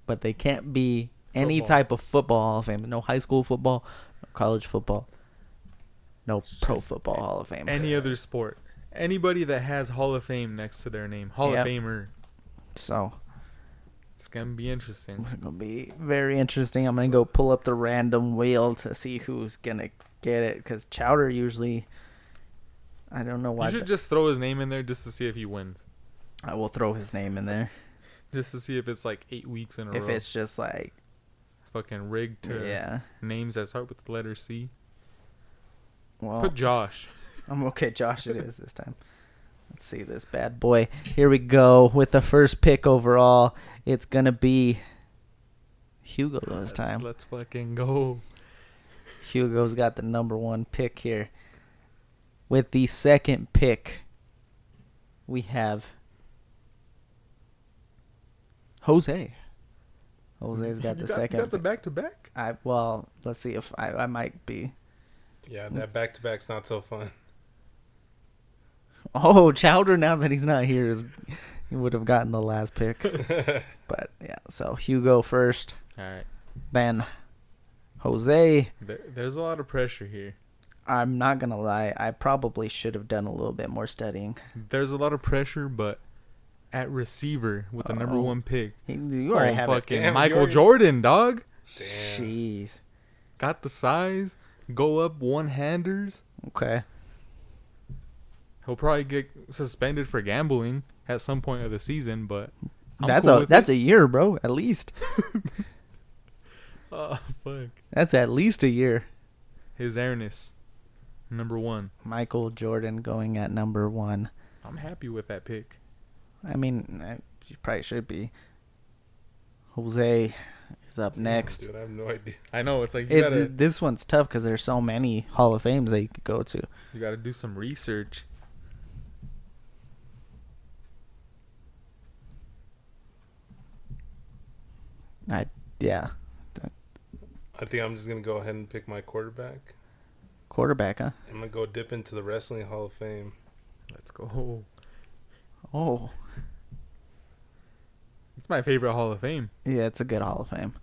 Speaker 2: but they can't be any
Speaker 3: Football.
Speaker 2: type of football Hall of Fame. No high school football, no college football, no pro
Speaker 3: just
Speaker 2: football Hall of Fame.
Speaker 3: Any other sport. Anybody that has Hall of Fame next to their name, Hall
Speaker 2: Yep.
Speaker 3: of Famer.
Speaker 2: so
Speaker 3: It's gonna be interesting.
Speaker 2: It's gonna be very interesting. I'm gonna go pull up the random wheel to see who's gonna get it because Chowder usually. I don't know why.
Speaker 3: You should
Speaker 2: but
Speaker 3: just throw his name in there just to see if he wins.
Speaker 2: I will throw his name in there
Speaker 3: Just to see if it's like eight weeks in a
Speaker 2: if
Speaker 3: row.
Speaker 2: it's just like
Speaker 3: fucking rigged to
Speaker 2: yeah.
Speaker 3: names that start with the letter C.
Speaker 2: Well,
Speaker 3: Put Josh.
Speaker 2: I'm okay. Josh, it is this time. Let's see this bad boy. Here we go with the first pick overall. It's gonna be Hugo this
Speaker 3: Let's-
Speaker 2: time.
Speaker 3: Let's fucking go.
Speaker 2: Hugo's got the number one pick here. With the second pick, we have Jose. Jose's got the
Speaker 3: You
Speaker 2: second.
Speaker 3: You got the
Speaker 2: pick.
Speaker 3: back to back.
Speaker 2: I well, let's see if I, I might be.
Speaker 5: yeah, that back to back's not so fun.
Speaker 2: Oh, Chowder! Now that he's not here, is he would have gotten the last pick. but yeah, so Hugo first,
Speaker 3: All right.
Speaker 2: then Jose.
Speaker 3: There, there's a lot of pressure here.
Speaker 2: I'm not gonna lie. I probably should have done a little bit more studying.
Speaker 3: There's a lot of pressure, but at receiver with the number
Speaker 2: Uh-oh.
Speaker 3: one pick.
Speaker 2: He- You already
Speaker 3: Oh,
Speaker 2: have it.
Speaker 3: fucking
Speaker 5: Damn, you
Speaker 3: Michael
Speaker 5: already-
Speaker 3: Jordan, dog.
Speaker 5: Damn.
Speaker 2: Jeez.
Speaker 3: Got the size. Go up one handers.
Speaker 2: Okay.
Speaker 3: He'll probably get suspended for gambling at some point of the season, but I'm
Speaker 2: that's
Speaker 3: cool
Speaker 2: a
Speaker 3: with
Speaker 2: that's
Speaker 3: it.
Speaker 2: a year, bro. At least
Speaker 3: Oh, fuck.
Speaker 2: that's at least a year.
Speaker 3: His airness, number one.
Speaker 2: Michael Jordan going at number one.
Speaker 3: I'm happy with that pick.
Speaker 2: I mean, I, you probably should be. Jose is up next.
Speaker 5: Dude, I have no idea.
Speaker 3: I know it's like you
Speaker 2: It's,
Speaker 3: gotta
Speaker 2: this one's tough because there's so many Hall of Fames that you could go to.
Speaker 3: you gotta do some research.
Speaker 2: I yeah,
Speaker 5: I think I'm just gonna go ahead and pick my quarterback.
Speaker 2: quarterback, huh?
Speaker 5: I'm gonna go dip into the wrestling Hall of Fame.
Speaker 3: Let's go.
Speaker 2: Oh
Speaker 3: It's my favorite Hall of Fame.
Speaker 2: yeah, it's a good Hall of Fame.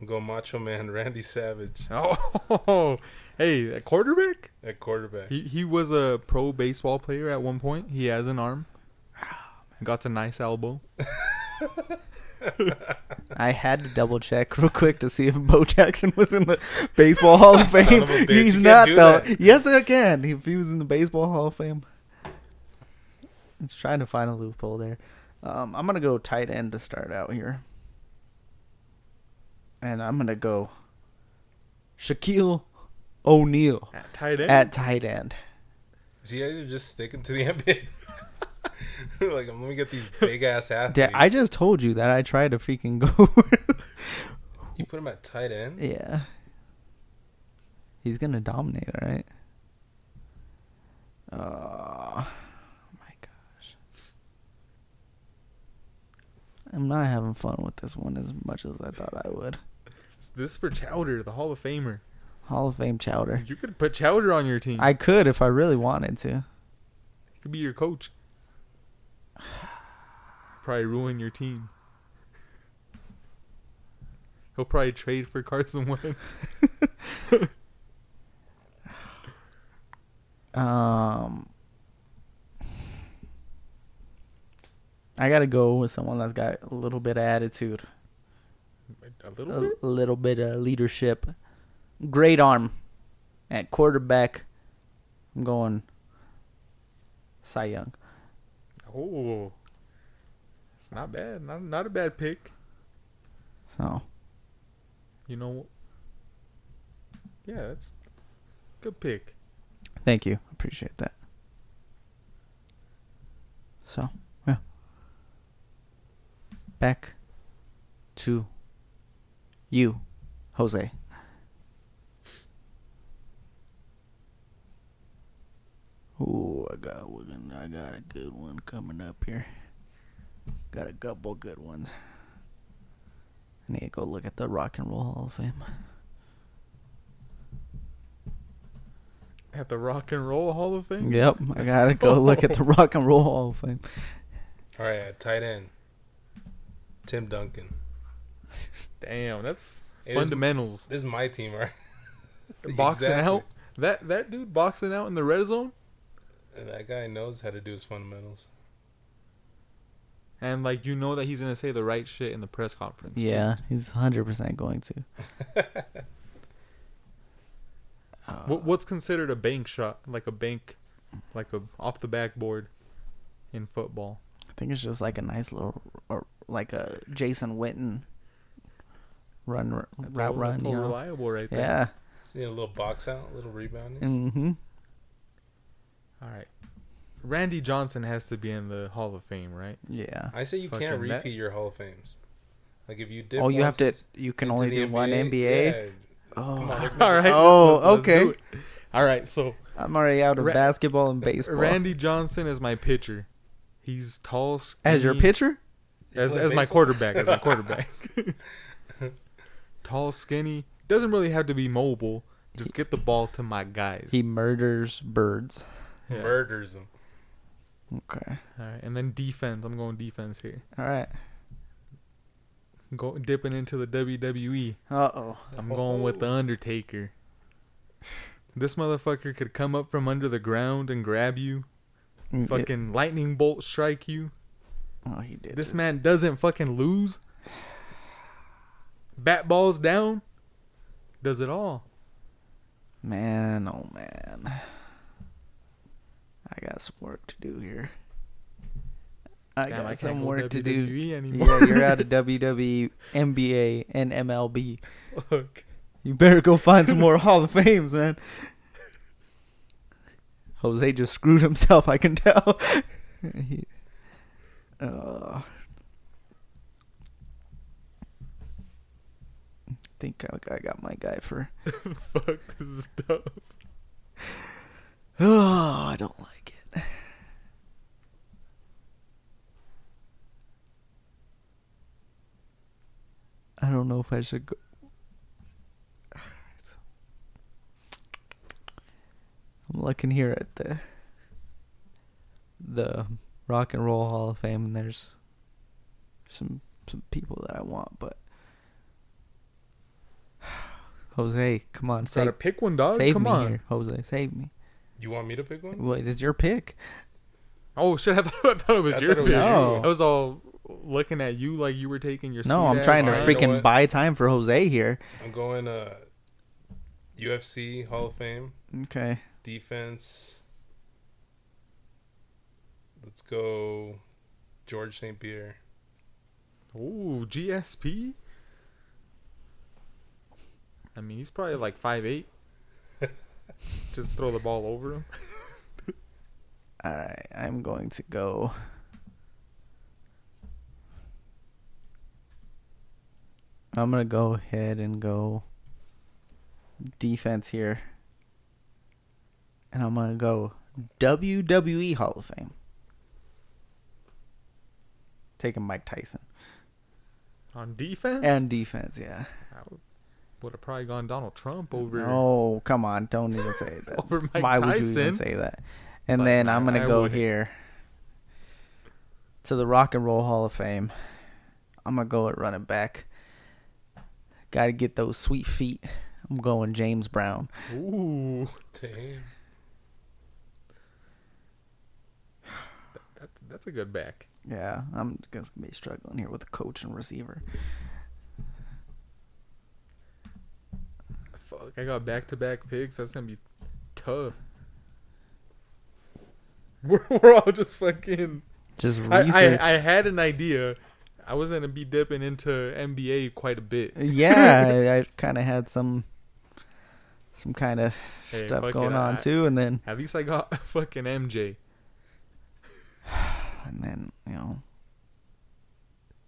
Speaker 5: I'm going Macho Man Randy Savage
Speaker 3: Oh, hey, a quarterback?
Speaker 5: at quarterback.
Speaker 3: He he was a pro baseball player at one point. He has an arm. Got a nice elbow.
Speaker 2: I had to double check real quick to see if Bo Jackson was in the Baseball Hall of
Speaker 5: Son
Speaker 2: Fame.
Speaker 5: of a bitch,
Speaker 2: He's
Speaker 5: you can't
Speaker 2: not
Speaker 5: do
Speaker 2: though.
Speaker 5: that.
Speaker 2: Yes, I can. If he was in the Baseball Hall of Fame, it's trying to find a loophole there. Um, I'm gonna go tight end to start out here, and I'm gonna go Shaquille O'Neal
Speaker 3: At tight end.
Speaker 2: at tight end.
Speaker 5: Is he either just sticking to the NBA? like, let me get these big ass athletes.
Speaker 2: Da- I just told you that I tried to freaking go.
Speaker 5: you put him at tight end.
Speaker 2: yeah, he's gonna dominate, all right? Oh my gosh, I'm not having fun with this one as much as I thought I would.
Speaker 3: this is for Chowder, the Hall of Famer.
Speaker 2: Hall of Fame chowder.
Speaker 3: You could put Chowder on your team.
Speaker 2: I could if I really wanted to.
Speaker 3: he could be your coach. Probably ruin your team. He'll probably trade for Carson Wentz.
Speaker 2: Um, I gotta go with someone that's got a little bit of attitude.
Speaker 3: A little
Speaker 2: a
Speaker 3: bit.
Speaker 2: little bit of leadership. Great arm at quarterback. I'm going Cy Young.
Speaker 3: Oh, it's not bad. Not not a bad pick.
Speaker 2: So
Speaker 3: You know. Yeah, that's good pick.
Speaker 2: thank you, appreciate that. So yeah, back to you, Jose. Ooh, I got we're gonna- I got a good one coming up here. Got a couple good ones. I need to go look at the Rock and Roll Hall of Fame.
Speaker 3: At the Rock and Roll Hall of Fame.
Speaker 2: Yep, I gotta go look at the Rock and Roll Hall of Fame.
Speaker 5: All right, at tight end. Tim Duncan.
Speaker 3: Damn, that's
Speaker 5: It is-
Speaker 3: fundamentals.
Speaker 5: This is my team, right?
Speaker 3: Boxing
Speaker 5: Exactly.
Speaker 3: out. That that dude boxing out in the red zone
Speaker 5: That guy knows how to do his fundamentals.
Speaker 3: and like you know that he's going to say the right shit in the press conference. too.
Speaker 2: Yeah, he's hundred percent going to.
Speaker 3: What what's considered a bank shot? Like a bank like a off the backboard in football.
Speaker 2: I think it's just like a nice little, or like a Jason Witten run r-
Speaker 3: That's
Speaker 2: route
Speaker 3: all,
Speaker 2: run.
Speaker 3: that's all
Speaker 2: you know?
Speaker 3: reliable right there.
Speaker 2: Yeah.
Speaker 5: Just need a little box out, a little rebounding.
Speaker 2: Mm-hmm.
Speaker 3: All right. Randy Johnson has to be in the Hall of Fame, right?
Speaker 2: Yeah.
Speaker 5: I say you
Speaker 3: Fucking
Speaker 5: can't
Speaker 3: Met.
Speaker 5: repeat your Hall of Fames. Like if you did.
Speaker 2: Oh, you have
Speaker 5: once
Speaker 2: to.
Speaker 5: into-
Speaker 2: You can
Speaker 5: into
Speaker 2: only
Speaker 5: the
Speaker 2: do one NBA.
Speaker 5: yeah. Come
Speaker 2: Oh,
Speaker 5: on, let's make
Speaker 3: All
Speaker 5: it-
Speaker 3: right.
Speaker 2: Oh,
Speaker 3: do
Speaker 2: okay.
Speaker 3: it. All right, so
Speaker 2: I'm already out of
Speaker 3: Ra-
Speaker 2: basketball and baseball.
Speaker 3: Randy Johnson is my pitcher. He's tall, skinny,
Speaker 2: as your pitcher?
Speaker 3: as,
Speaker 5: play
Speaker 3: as my
Speaker 5: baseball?
Speaker 3: quarterback, as my quarterback. Tall, skinny, doesn't really have to be mobile. Just get the ball to my guys.
Speaker 2: He murders birds.
Speaker 3: Yeah.
Speaker 5: Murders him.
Speaker 2: Okay.
Speaker 3: All right, and then defense. I'm going defense here.
Speaker 2: All right.
Speaker 3: Go dipping into the WWE.
Speaker 2: Uh oh.
Speaker 3: I'm going with the Undertaker. This motherfucker could come up from under the ground and grab you, fucking lightning bolt strike you.
Speaker 2: Oh, he did.
Speaker 3: This
Speaker 2: This
Speaker 3: man doesn't fucking lose. Bat balls down. Does it all.
Speaker 2: man. Oh man. I got some work to do here. I
Speaker 3: Damn,
Speaker 2: got
Speaker 3: I can't
Speaker 2: some
Speaker 3: go
Speaker 2: work to do.
Speaker 3: WWE anymore.
Speaker 2: Yeah, you're out of WWE, NBA, and MLB.
Speaker 3: Fuck.
Speaker 2: You better go find some more Hall of Fames, man. Jose just screwed himself, I can tell. He- Uh, I think I, I got my guy for.
Speaker 3: Fuck this is tough.
Speaker 2: Oh, I don't like it. I don't know if I should go. I'm looking here at the the Rock and Roll Hall of Fame, and there's some some people that I want, but Jose, come on,
Speaker 3: Gotta
Speaker 2: save,
Speaker 3: pick one, dog.
Speaker 2: save
Speaker 3: Come
Speaker 2: me
Speaker 3: on.
Speaker 2: here, Jose, save me.
Speaker 5: You want me to pick one?
Speaker 2: Wait, it's your pick.
Speaker 3: Oh shit! I thought, I thought it was
Speaker 5: I
Speaker 3: your.
Speaker 5: thought it was
Speaker 3: pick.
Speaker 2: No.
Speaker 3: I was all looking at you like you were taking your.
Speaker 2: No, I'm
Speaker 3: sweet-ass
Speaker 2: trying to
Speaker 5: Alright,
Speaker 3: time.
Speaker 5: you know
Speaker 2: freaking
Speaker 5: what?
Speaker 2: buy time for Jose here.
Speaker 5: I'm going uh, UFC Hall of Fame
Speaker 2: Okay.
Speaker 5: defense. Let's go, George St. Pierre.
Speaker 3: Ooh, GSP. I mean, he's probably like five eight. Just throw the ball over him.
Speaker 2: All right, I'm going to go. I'm going to go ahead and go defense here. And I'm going to go WWE Hall of Fame. Taking Mike Tyson.
Speaker 3: on defense.
Speaker 2: And defense, yeah.
Speaker 3: I would have probably gone Donald Trump over.
Speaker 2: Oh, come on. Don't even say that.
Speaker 3: Over Mike
Speaker 2: Why would you even
Speaker 3: Tyson.
Speaker 2: say that? And
Speaker 3: like,
Speaker 2: then
Speaker 3: man,
Speaker 2: I'm going
Speaker 3: I
Speaker 2: to go
Speaker 3: wouldn't.
Speaker 2: here to the Rock and Roll Hall of Fame. I'm going to go at running back. Got to get those sweet feet. I'm going James Brown.
Speaker 3: Ooh,
Speaker 5: Damn.
Speaker 3: that's that's a good back.
Speaker 2: Yeah, I'm going to be struggling here with the coach and receiver.
Speaker 3: Fuck, I got back to back picks. That's gonna be tough. We're, we're all just fucking.
Speaker 2: Just
Speaker 3: I,
Speaker 2: research.
Speaker 3: I, I had an idea. I was gonna be dipping into NBA quite a bit.
Speaker 2: yeah, I, I kind of had some some kind of
Speaker 3: Hey, fuck
Speaker 2: stuff
Speaker 3: it,
Speaker 2: going on
Speaker 3: I-
Speaker 2: too and then
Speaker 3: At least I got fucking MJ.
Speaker 2: and then, you know,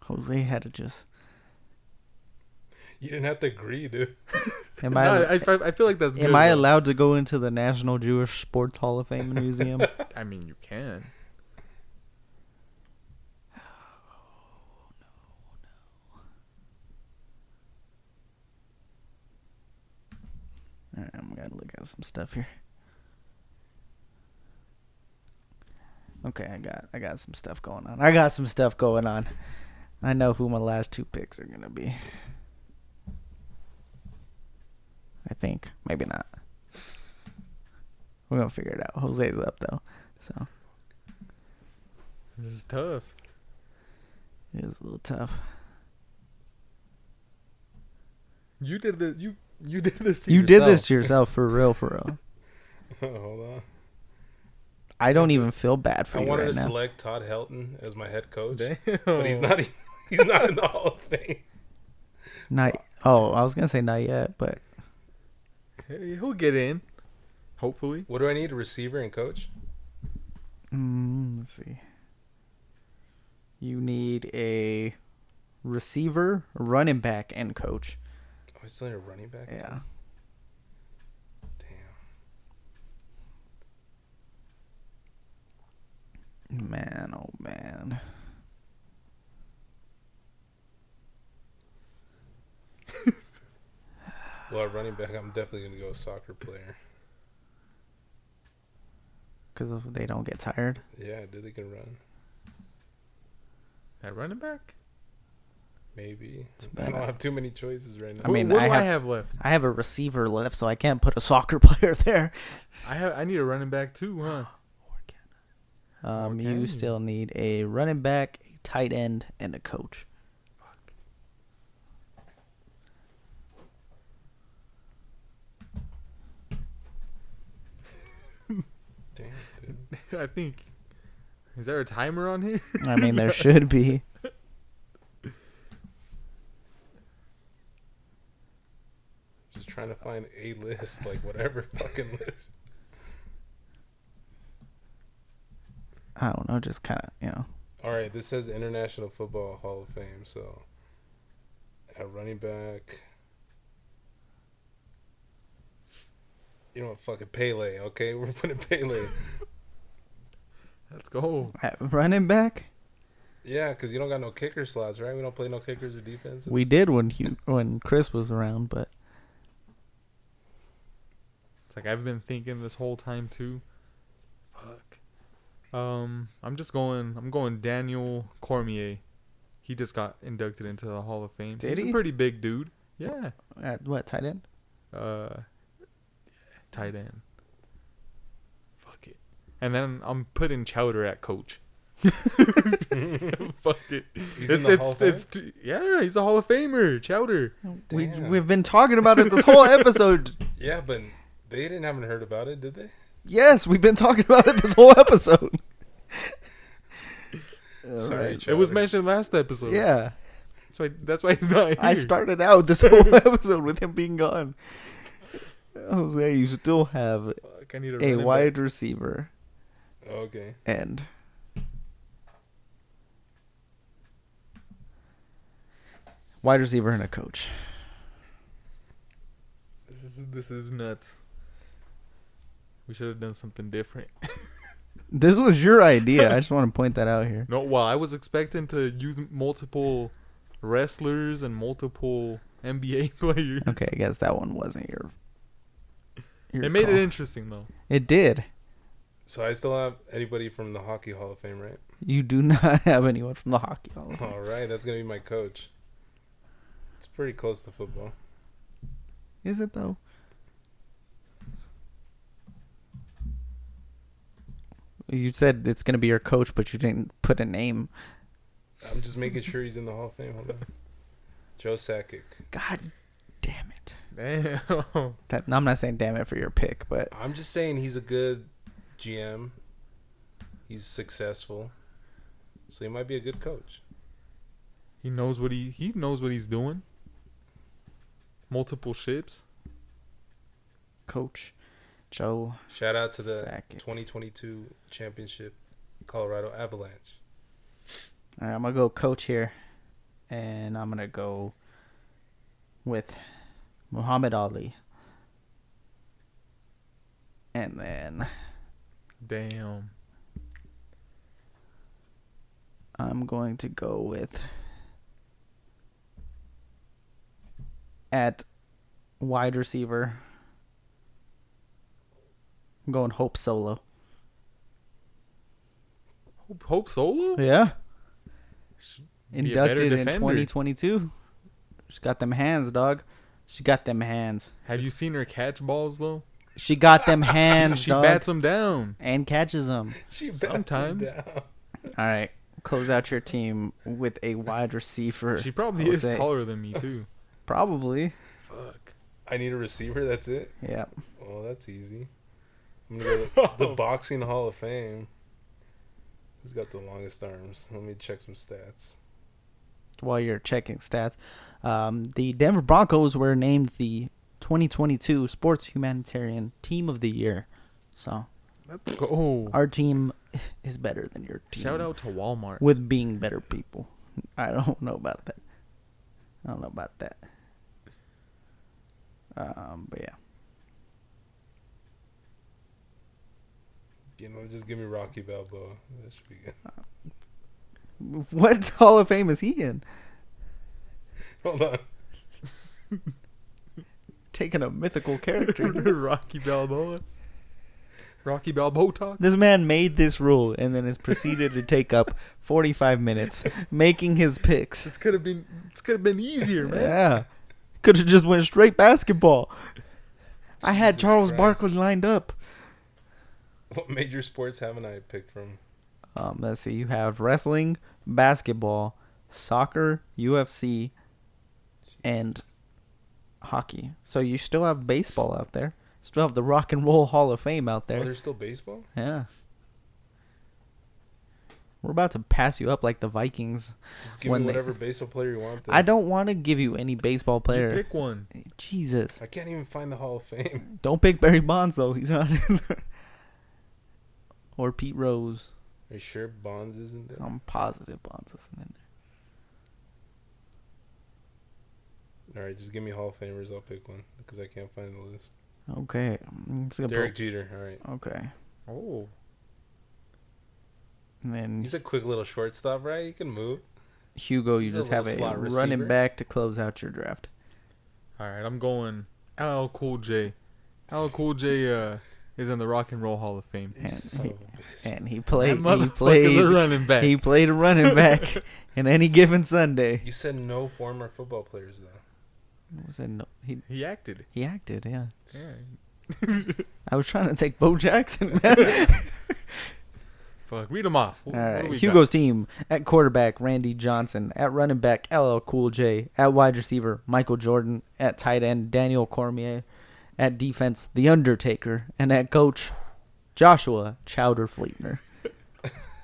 Speaker 2: Jose had to just
Speaker 5: You didn't have to agree, dude.
Speaker 2: Am
Speaker 3: No,
Speaker 2: I
Speaker 3: I, I- I feel like that's.
Speaker 2: am
Speaker 3: good,
Speaker 2: I
Speaker 3: though.
Speaker 2: allowed to go into the National Jewish Sports Hall of Fame and Museum?
Speaker 3: I mean, you can.
Speaker 2: All right, I'm gonna look at some stuff here. Okay, I got I got some stuff going on. I got some stuff going on. I know who my last two picks are gonna be. I think maybe not. We're gonna figure it out. Jose's up though, so
Speaker 3: This is tough.
Speaker 2: it was a little tough.
Speaker 3: You did the you you did this. To
Speaker 2: you did this
Speaker 3: yourself.
Speaker 2: to yourself for real, for real.
Speaker 5: Oh, Hold on.
Speaker 2: I don't even feel bad for
Speaker 5: I
Speaker 2: you
Speaker 5: wanted
Speaker 2: right
Speaker 5: to
Speaker 2: now.
Speaker 5: select Todd Helton as my head coach,
Speaker 3: Oh, Damn.
Speaker 5: but he's not. He's not in the Hall of Fame.
Speaker 2: Not oh, I was gonna say not yet, but
Speaker 3: Hey, he'll get in. Hopefully.
Speaker 5: What do I need? A receiver and coach?
Speaker 2: mm, let's see. You need a receiver, running back, and coach.
Speaker 5: Oh, I still need a running back.
Speaker 2: Yeah,
Speaker 5: Damn.
Speaker 2: man, oh man.
Speaker 5: Well, at running back, I'm definitely gonna go soccer player.
Speaker 2: Because they don't get tired.
Speaker 5: Yeah, dude, they can run.
Speaker 3: At running back.
Speaker 5: Maybe. I
Speaker 2: bad.
Speaker 5: don't have too many choices right now.
Speaker 2: I mean,
Speaker 3: what,
Speaker 2: I
Speaker 3: do I
Speaker 2: have-
Speaker 3: have left?
Speaker 2: I have a receiver left, so I can't put a soccer player there.
Speaker 3: I have I need a running back too, huh?
Speaker 2: Um,
Speaker 3: Okay.
Speaker 2: you still need a running back, a tight end, and a coach.
Speaker 5: Damn, dude.
Speaker 3: I think. Is there a timer on here?
Speaker 2: I mean, there should be.
Speaker 5: Just trying to find a list, like whatever fucking list.
Speaker 2: I don't know, just kind of you know.
Speaker 5: All All right, this says International Football Hall of Fame. So, at running back, you know what? Fucking Pele. Okay, we're putting Pele.
Speaker 3: Let's go.
Speaker 2: At running back,
Speaker 5: yeah, because you don't got no kicker slots, right? We don't play no kickers or defenses.
Speaker 2: we did when Hugh, when Chris was around, but
Speaker 3: It's like I've been thinking this whole time too. Fuck. Um, I'm just going. I'm going Daniel Cormier. He just got inducted into the Hall of Fame.
Speaker 2: Did
Speaker 3: He's
Speaker 2: he?
Speaker 3: a pretty big dude. Yeah.
Speaker 2: at what tight end?
Speaker 3: Uh, tight end. Fuck it. And then I'm putting Chowder at coach. Fuck it.
Speaker 5: He's in
Speaker 3: it's
Speaker 5: the Hall
Speaker 3: it's
Speaker 5: of
Speaker 3: it's too- yeah. He's a Hall of Famer. Chowder.
Speaker 2: We
Speaker 5: Damn.
Speaker 2: we've been talking about it this whole episode.
Speaker 5: Yeah, but they didn't haven't heard about it, did they?
Speaker 2: yes, we've been talking about it this whole episode. All
Speaker 5: Sorry,
Speaker 2: right.
Speaker 3: It was
Speaker 5: Chowder.
Speaker 3: mentioned last episode.
Speaker 2: Yeah,
Speaker 3: That's why. That's why he's not. Here.
Speaker 2: I started out this whole episode with him being gone. Jose, you still have
Speaker 3: Fuck, I need a
Speaker 2: a
Speaker 3: running back.
Speaker 2: wide receiver
Speaker 5: Okay.
Speaker 2: and wide receiver and a coach.
Speaker 3: This is this is nuts. We should have done something different.
Speaker 2: This was your idea. I just want to point that out here.
Speaker 3: No, well, I was expecting to use multiple wrestlers and multiple NBA players.
Speaker 2: Okay, I guess that one wasn't your. your
Speaker 3: It made
Speaker 2: call.
Speaker 3: it interesting though.
Speaker 2: It did.
Speaker 5: So I still have anybody from the Hockey Hall of Fame, right?
Speaker 2: You do not have anyone from the hockey. Hall of Fame.
Speaker 5: All right, that's gonna be my coach. It's pretty close to football.
Speaker 2: Is it though? You said it's gonna be your coach, but you didn't put a name.
Speaker 5: I'm just making sure he's in the Hall of Fame. Hold on. Joe Sakic.
Speaker 2: God damn it!
Speaker 3: Damn.
Speaker 2: That, I'm not saying damn it for your pick, but
Speaker 5: I'm just saying he's a good GM. He's successful, so he might be a good coach.
Speaker 3: He knows what he he knows what he's doing. Multiple ships.
Speaker 2: coach Joe
Speaker 5: Shout out to the
Speaker 2: Sakic.
Speaker 5: 2022 championship, Colorado Avalanche.
Speaker 2: All right, I'm gonna go coach here, and I'm gonna go with Muhammad Ali, and then
Speaker 3: Damn.
Speaker 2: I'm going to go with at wide receiver. I'm going Hope Solo.
Speaker 3: Hope, Hope Solo.
Speaker 2: Yeah,
Speaker 3: Be a better
Speaker 2: inducted in
Speaker 3: defender.
Speaker 2: 2022. She got them hands, dog. She got them hands.
Speaker 3: Have you seen her catch balls though?
Speaker 2: She got them hands,
Speaker 3: She
Speaker 2: dog.
Speaker 3: bats them down.
Speaker 2: and catches them.
Speaker 5: She bats him
Speaker 3: Sometimes.
Speaker 5: down.
Speaker 2: All right, close out your team with a wide receiver.
Speaker 3: She probably
Speaker 2: I'll
Speaker 3: is
Speaker 2: say.
Speaker 3: taller than me too.
Speaker 2: Probably,
Speaker 3: Fuck.
Speaker 5: I need a receiver. That's it.
Speaker 2: yeah.
Speaker 5: Oh, that's easy. I'm gonna go to the Boxing Hall of Fame. Who's got the longest arms? Let me check some stats.
Speaker 2: While you're checking stats, um, the Denver Broncos were named the 2022 Sports Humanitarian Team of the Year. So
Speaker 3: Let's go.
Speaker 2: our team is better than your team.
Speaker 3: Shout out to Walmart.
Speaker 2: with being better people. I don't know about that. I don't know about that. Um, but yeah,
Speaker 5: You know, just give me Rocky Balboa. That should be good.
Speaker 2: what Hall of Fame is he in?
Speaker 5: Hold on.
Speaker 2: Taking a mythical character.
Speaker 3: Rocky Balboa. Rocky Balboa talk.
Speaker 2: This man made this rule and then has proceeded to take up 45 minutes making his picks.
Speaker 3: This could have been. This could have been easier, man.
Speaker 2: Yeah. Could have just went straight basketball. I had
Speaker 5: Jesus
Speaker 2: Charles
Speaker 5: Christ.
Speaker 2: Barkley lined up.
Speaker 5: What major sports haven't I picked from?
Speaker 2: Um, let's see. You have wrestling, basketball, soccer, UFC, and hockey. So you still have baseball out there. Still have the Rock and Roll Hall of Fame out
Speaker 5: Oh,
Speaker 2: there.
Speaker 5: there's still baseball.
Speaker 2: Yeah. We're about to pass you up like the Vikings.
Speaker 5: Just give
Speaker 2: When
Speaker 5: me
Speaker 2: they-
Speaker 5: whatever baseball player you want. Then.
Speaker 2: I don't want to give you any baseball
Speaker 3: You
Speaker 2: player.
Speaker 3: pick one.
Speaker 2: Jesus.
Speaker 5: I can't even find the Hall of Fame.
Speaker 2: Don't pick Barry Bonds though. He's not in there. Or Pete Rose.
Speaker 5: Are you sure Bonds isn't there?
Speaker 2: I'm positive Bonds isn't in
Speaker 5: All right, just give me Hall of Famers. I'll pick one because I can't find the list.
Speaker 2: there. Okay. I'm just gonna
Speaker 5: Derek Jeter. All right,
Speaker 2: put- okay.
Speaker 3: Oh,
Speaker 2: And then
Speaker 5: he's a quick little shortstop, right? He can move.
Speaker 2: Hugo, you
Speaker 5: he's a
Speaker 2: just have a
Speaker 5: little slot
Speaker 2: running
Speaker 5: receiver.
Speaker 2: back to close out your draft.
Speaker 3: all right. I'm going LL Cool J. LL Cool J uh, is in the Rock and Roll Hall of Fame.
Speaker 2: And
Speaker 5: Son
Speaker 2: he-
Speaker 5: of a bitch.
Speaker 2: And he
Speaker 3: That
Speaker 2: played. He
Speaker 3: motherfucker's a
Speaker 2: played.
Speaker 3: running back.
Speaker 2: He played a running back in any given Sunday.
Speaker 5: You said no former football players though.
Speaker 2: Was it no, he
Speaker 3: He acted.
Speaker 2: he acted. Yeah.
Speaker 3: Yeah.
Speaker 2: I was trying to take Bo Jackson. man.
Speaker 3: Fuck. Read them off.
Speaker 2: All
Speaker 3: Wh- what
Speaker 2: right.
Speaker 3: do we got?
Speaker 2: Hugo's team at quarterback Randy Johnson, at running back LL Cool J, at wide receiver Michael Jordan, at tight end Daniel Cormier, at defense The Undertaker, and at coach Joshua Chowder Fleetner.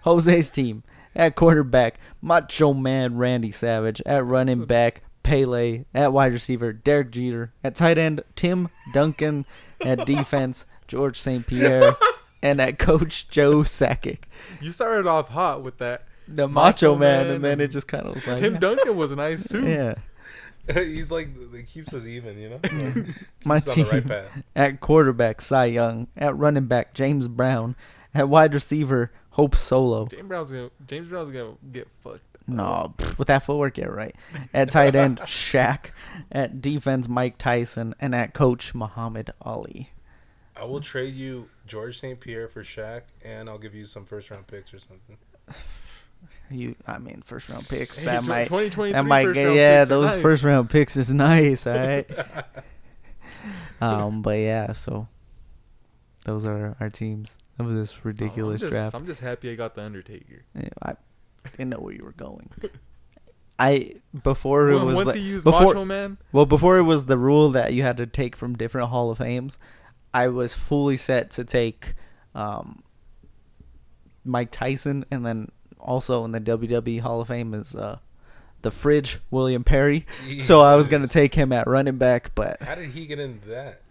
Speaker 2: Jose's team at quarterback Macho Man Randy Savage, at running back Pele, at wide receiver Derek Jeter, at tight end Tim Duncan, at defense George St. Pierre, and at coach Joe Sakic
Speaker 3: You started off hot with that.
Speaker 2: the
Speaker 3: Macho
Speaker 2: Macho Man,
Speaker 3: Man
Speaker 2: and then it
Speaker 3: and
Speaker 2: just kind of was like,
Speaker 3: Tim Duncan was nice too.
Speaker 2: Uh, yeah.
Speaker 5: he's like it keeps us even, you know.
Speaker 2: My
Speaker 5: he's on the
Speaker 2: team
Speaker 5: right path.
Speaker 2: at quarterback Cy Young, at running back James Brown, at wide receiver Hope Solo.
Speaker 3: James Brown's gonna James Brown's gonna get fucked.
Speaker 2: No, pff, with that footwork, yeah, right. At tight end Shaq, at defense Mike Tyson, and at coach Muhammad Ali.
Speaker 5: I will trade you George St. Pierre for Shaq, and I'll give you some first round picks or something.
Speaker 2: You, I mean, first round picks
Speaker 3: Hey,
Speaker 2: that
Speaker 3: tw-
Speaker 2: might
Speaker 3: 2023
Speaker 2: that might
Speaker 3: first
Speaker 2: get-
Speaker 3: round
Speaker 2: yeah
Speaker 3: picks are
Speaker 2: those
Speaker 3: nice.
Speaker 2: first round picks is nice all right um but yeah so those are our teams of this
Speaker 3: Oh,
Speaker 2: ridiculous
Speaker 3: I'm just,
Speaker 2: draft
Speaker 3: I'm just happy I got the Undertaker.
Speaker 2: Yeah, I didn't know where you were going I before it
Speaker 3: Well,
Speaker 2: was
Speaker 3: once
Speaker 2: like-
Speaker 3: he used
Speaker 2: before,
Speaker 3: Macho Man,
Speaker 2: well before it was the rule that you had to take from different Hall of Fames I was fully set to take um Mike Tyson and then also in the WWE Hall of Fame is uh the fridge William Perry so I was gonna
Speaker 5: Jesus.
Speaker 2: take him at running back, but
Speaker 5: How did he get into that?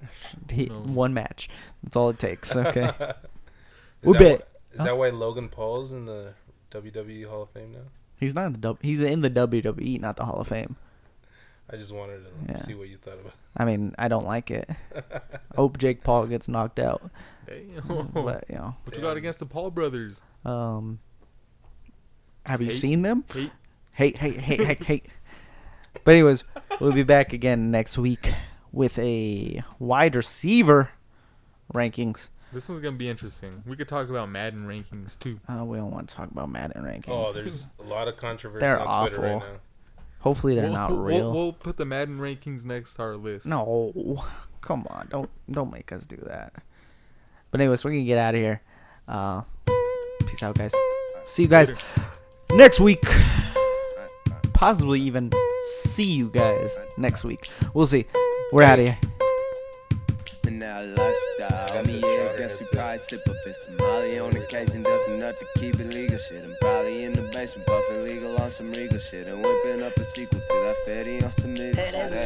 Speaker 2: he,
Speaker 3: knows?
Speaker 2: one match. That's all it takes. Okay.
Speaker 5: Is,
Speaker 2: We'll
Speaker 5: that,
Speaker 2: bet.
Speaker 5: wh- is that why Logan Paul's in the WWE Hall of Fame now?
Speaker 2: he's not in the W- he's in the WWE, not the Hall of Fame.
Speaker 5: I just wanted to
Speaker 2: Yeah.
Speaker 5: see what you thought about.
Speaker 2: I mean, I don't like it. Hope Jake Paul gets knocked out.
Speaker 3: damn. what
Speaker 2: But you know.
Speaker 3: you got against the Paul brothers?
Speaker 2: Um have you
Speaker 3: hate-
Speaker 2: seen them?
Speaker 3: Hate
Speaker 2: Hate, hate, hate, hate, hate. But anyways, we'll be back again next week with a wide receiver rankings.
Speaker 3: This one's gonna be interesting. We could talk about Madden rankings too.
Speaker 2: Uh, we don't want to talk about Madden rankings.
Speaker 5: Oh, there's a lot of controversy
Speaker 2: They're
Speaker 5: on Twitter right
Speaker 2: awful.
Speaker 5: now.
Speaker 2: Hopefully they're
Speaker 3: we'll,
Speaker 2: not
Speaker 3: we'll-
Speaker 2: real.
Speaker 3: We'll, put the Madden rankings next to our list.
Speaker 2: No, come on, don't don't make us do that. But anyways, we're gonna get out of here. Uh, peace out, guys. See you guys
Speaker 3: Later.
Speaker 2: next week. Possibly even see you guys next week. We'll see. We're out of here.
Speaker 1: in our lifestyle. Me, yeah, I guess we probably sip a bit some Molly on occasion, just enough to keep it legal shit. I'm probably in the basement, puffing legal on some regal shit, and whipping up a sequel to that fatty on some niggas.